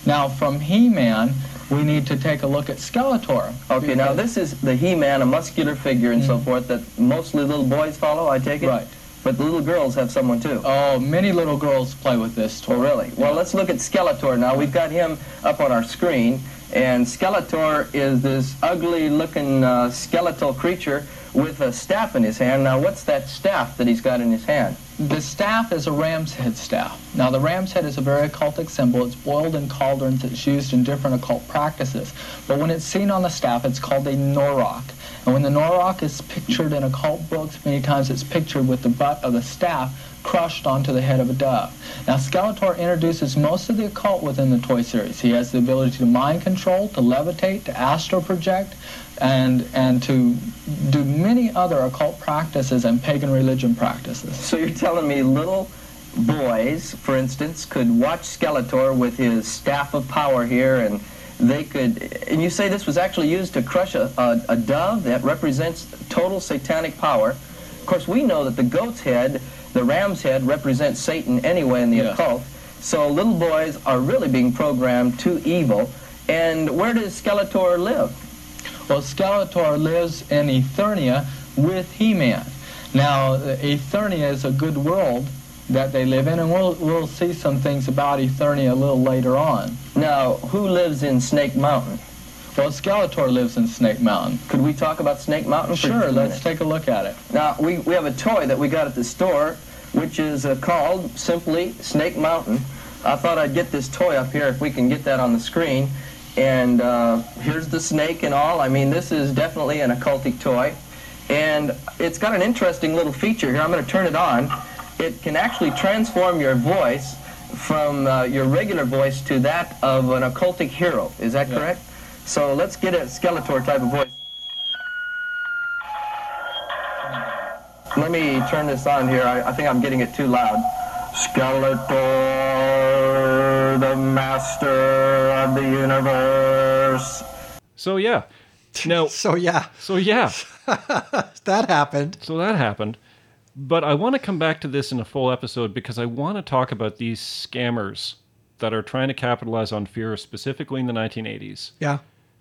Speaker 9: Now, from He-Man, we need to take a look at Skeletor.
Speaker 8: okay. Now
Speaker 9: because-
Speaker 8: this is the He-Man, a muscular figure and so forth that mostly little boys follow. I take it.
Speaker 9: Right.
Speaker 8: But the little girls have someone too.
Speaker 9: Oh, many little girls play with this toy.
Speaker 8: Oh, really? Well,
Speaker 9: Yeah.
Speaker 8: let's look at Skeletor now. We've got him up on our screen, and Skeletor is this ugly-looking uh, skeletal creature with a staff in his hand. Now, what's that staff that he's got in his hand?
Speaker 9: The staff is a ram's head staff. Now, the ram's head is a very occultic symbol. It's boiled in cauldrons. It's used in different occult practices. But when it's seen on the staff, it's called a norok. And when the norok is pictured in occult books, many times it's pictured with the butt of the staff crushed onto the head of a dove. Now, Skeletor introduces most of the occult within the toy series. He has the ability to mind control, to levitate, to astral project, and, and to do many other occult practices and pagan religion practices.
Speaker 8: So you're telling me little boys, for instance, could watch Skeletor with his staff of power here, and they could. And you say this was actually used to crush a, a, a dove that represents total satanic power. Of course, we know that the goat's head, the ram's head, represents Satan anyway in the
Speaker 9: Yeah.
Speaker 8: occult. So little boys are really being programmed to evil. And where does Skeletor live?
Speaker 9: Well, Skeletor lives in Eternia with He-Man. Now, Eternia is a good world that they live in, and we'll, we'll see some things about Eternia a little later on.
Speaker 8: Now, who lives in Snake Mountain?
Speaker 9: Well, Skeletor lives in Snake Mountain.
Speaker 8: Could we talk about Snake Mountain? For just
Speaker 9: Sure,
Speaker 8: a
Speaker 9: let's
Speaker 8: minute?
Speaker 9: take a look at it.
Speaker 8: Now, we, we have a toy that we got at the store, which is uh, called simply Snake Mountain. I thought I'd get this toy up here if we can get that on the screen. And uh, here's the snake and all. I mean, this is definitely an occultic toy. And it's got an interesting little feature here. I'm going to turn it on. It can actually transform your voice from uh, your regular voice to that of an occultic hero. Is that correct? So let's get a Skeletor type of voice. Let me turn this on here. I, I think I'm getting it too loud. Skeletor, the master of the universe.
Speaker 3: so yeah
Speaker 2: [laughs]
Speaker 3: now
Speaker 2: So yeah,
Speaker 3: so yeah
Speaker 2: that happened.
Speaker 3: So that happened. But I want to come back to this in a full episode because I want to talk about these scammers that are trying to capitalize on fear, specifically in the 1980s,
Speaker 2: Yeah.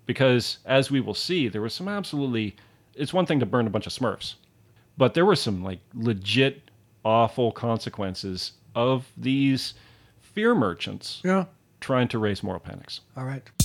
Speaker 3: because as we will see, there was some absolutely. It's one thing to burn a bunch of Smurfs, but there were some like legit awful consequences of these fear merchants
Speaker 2: Yeah.
Speaker 3: trying to raise moral panics.
Speaker 2: All right.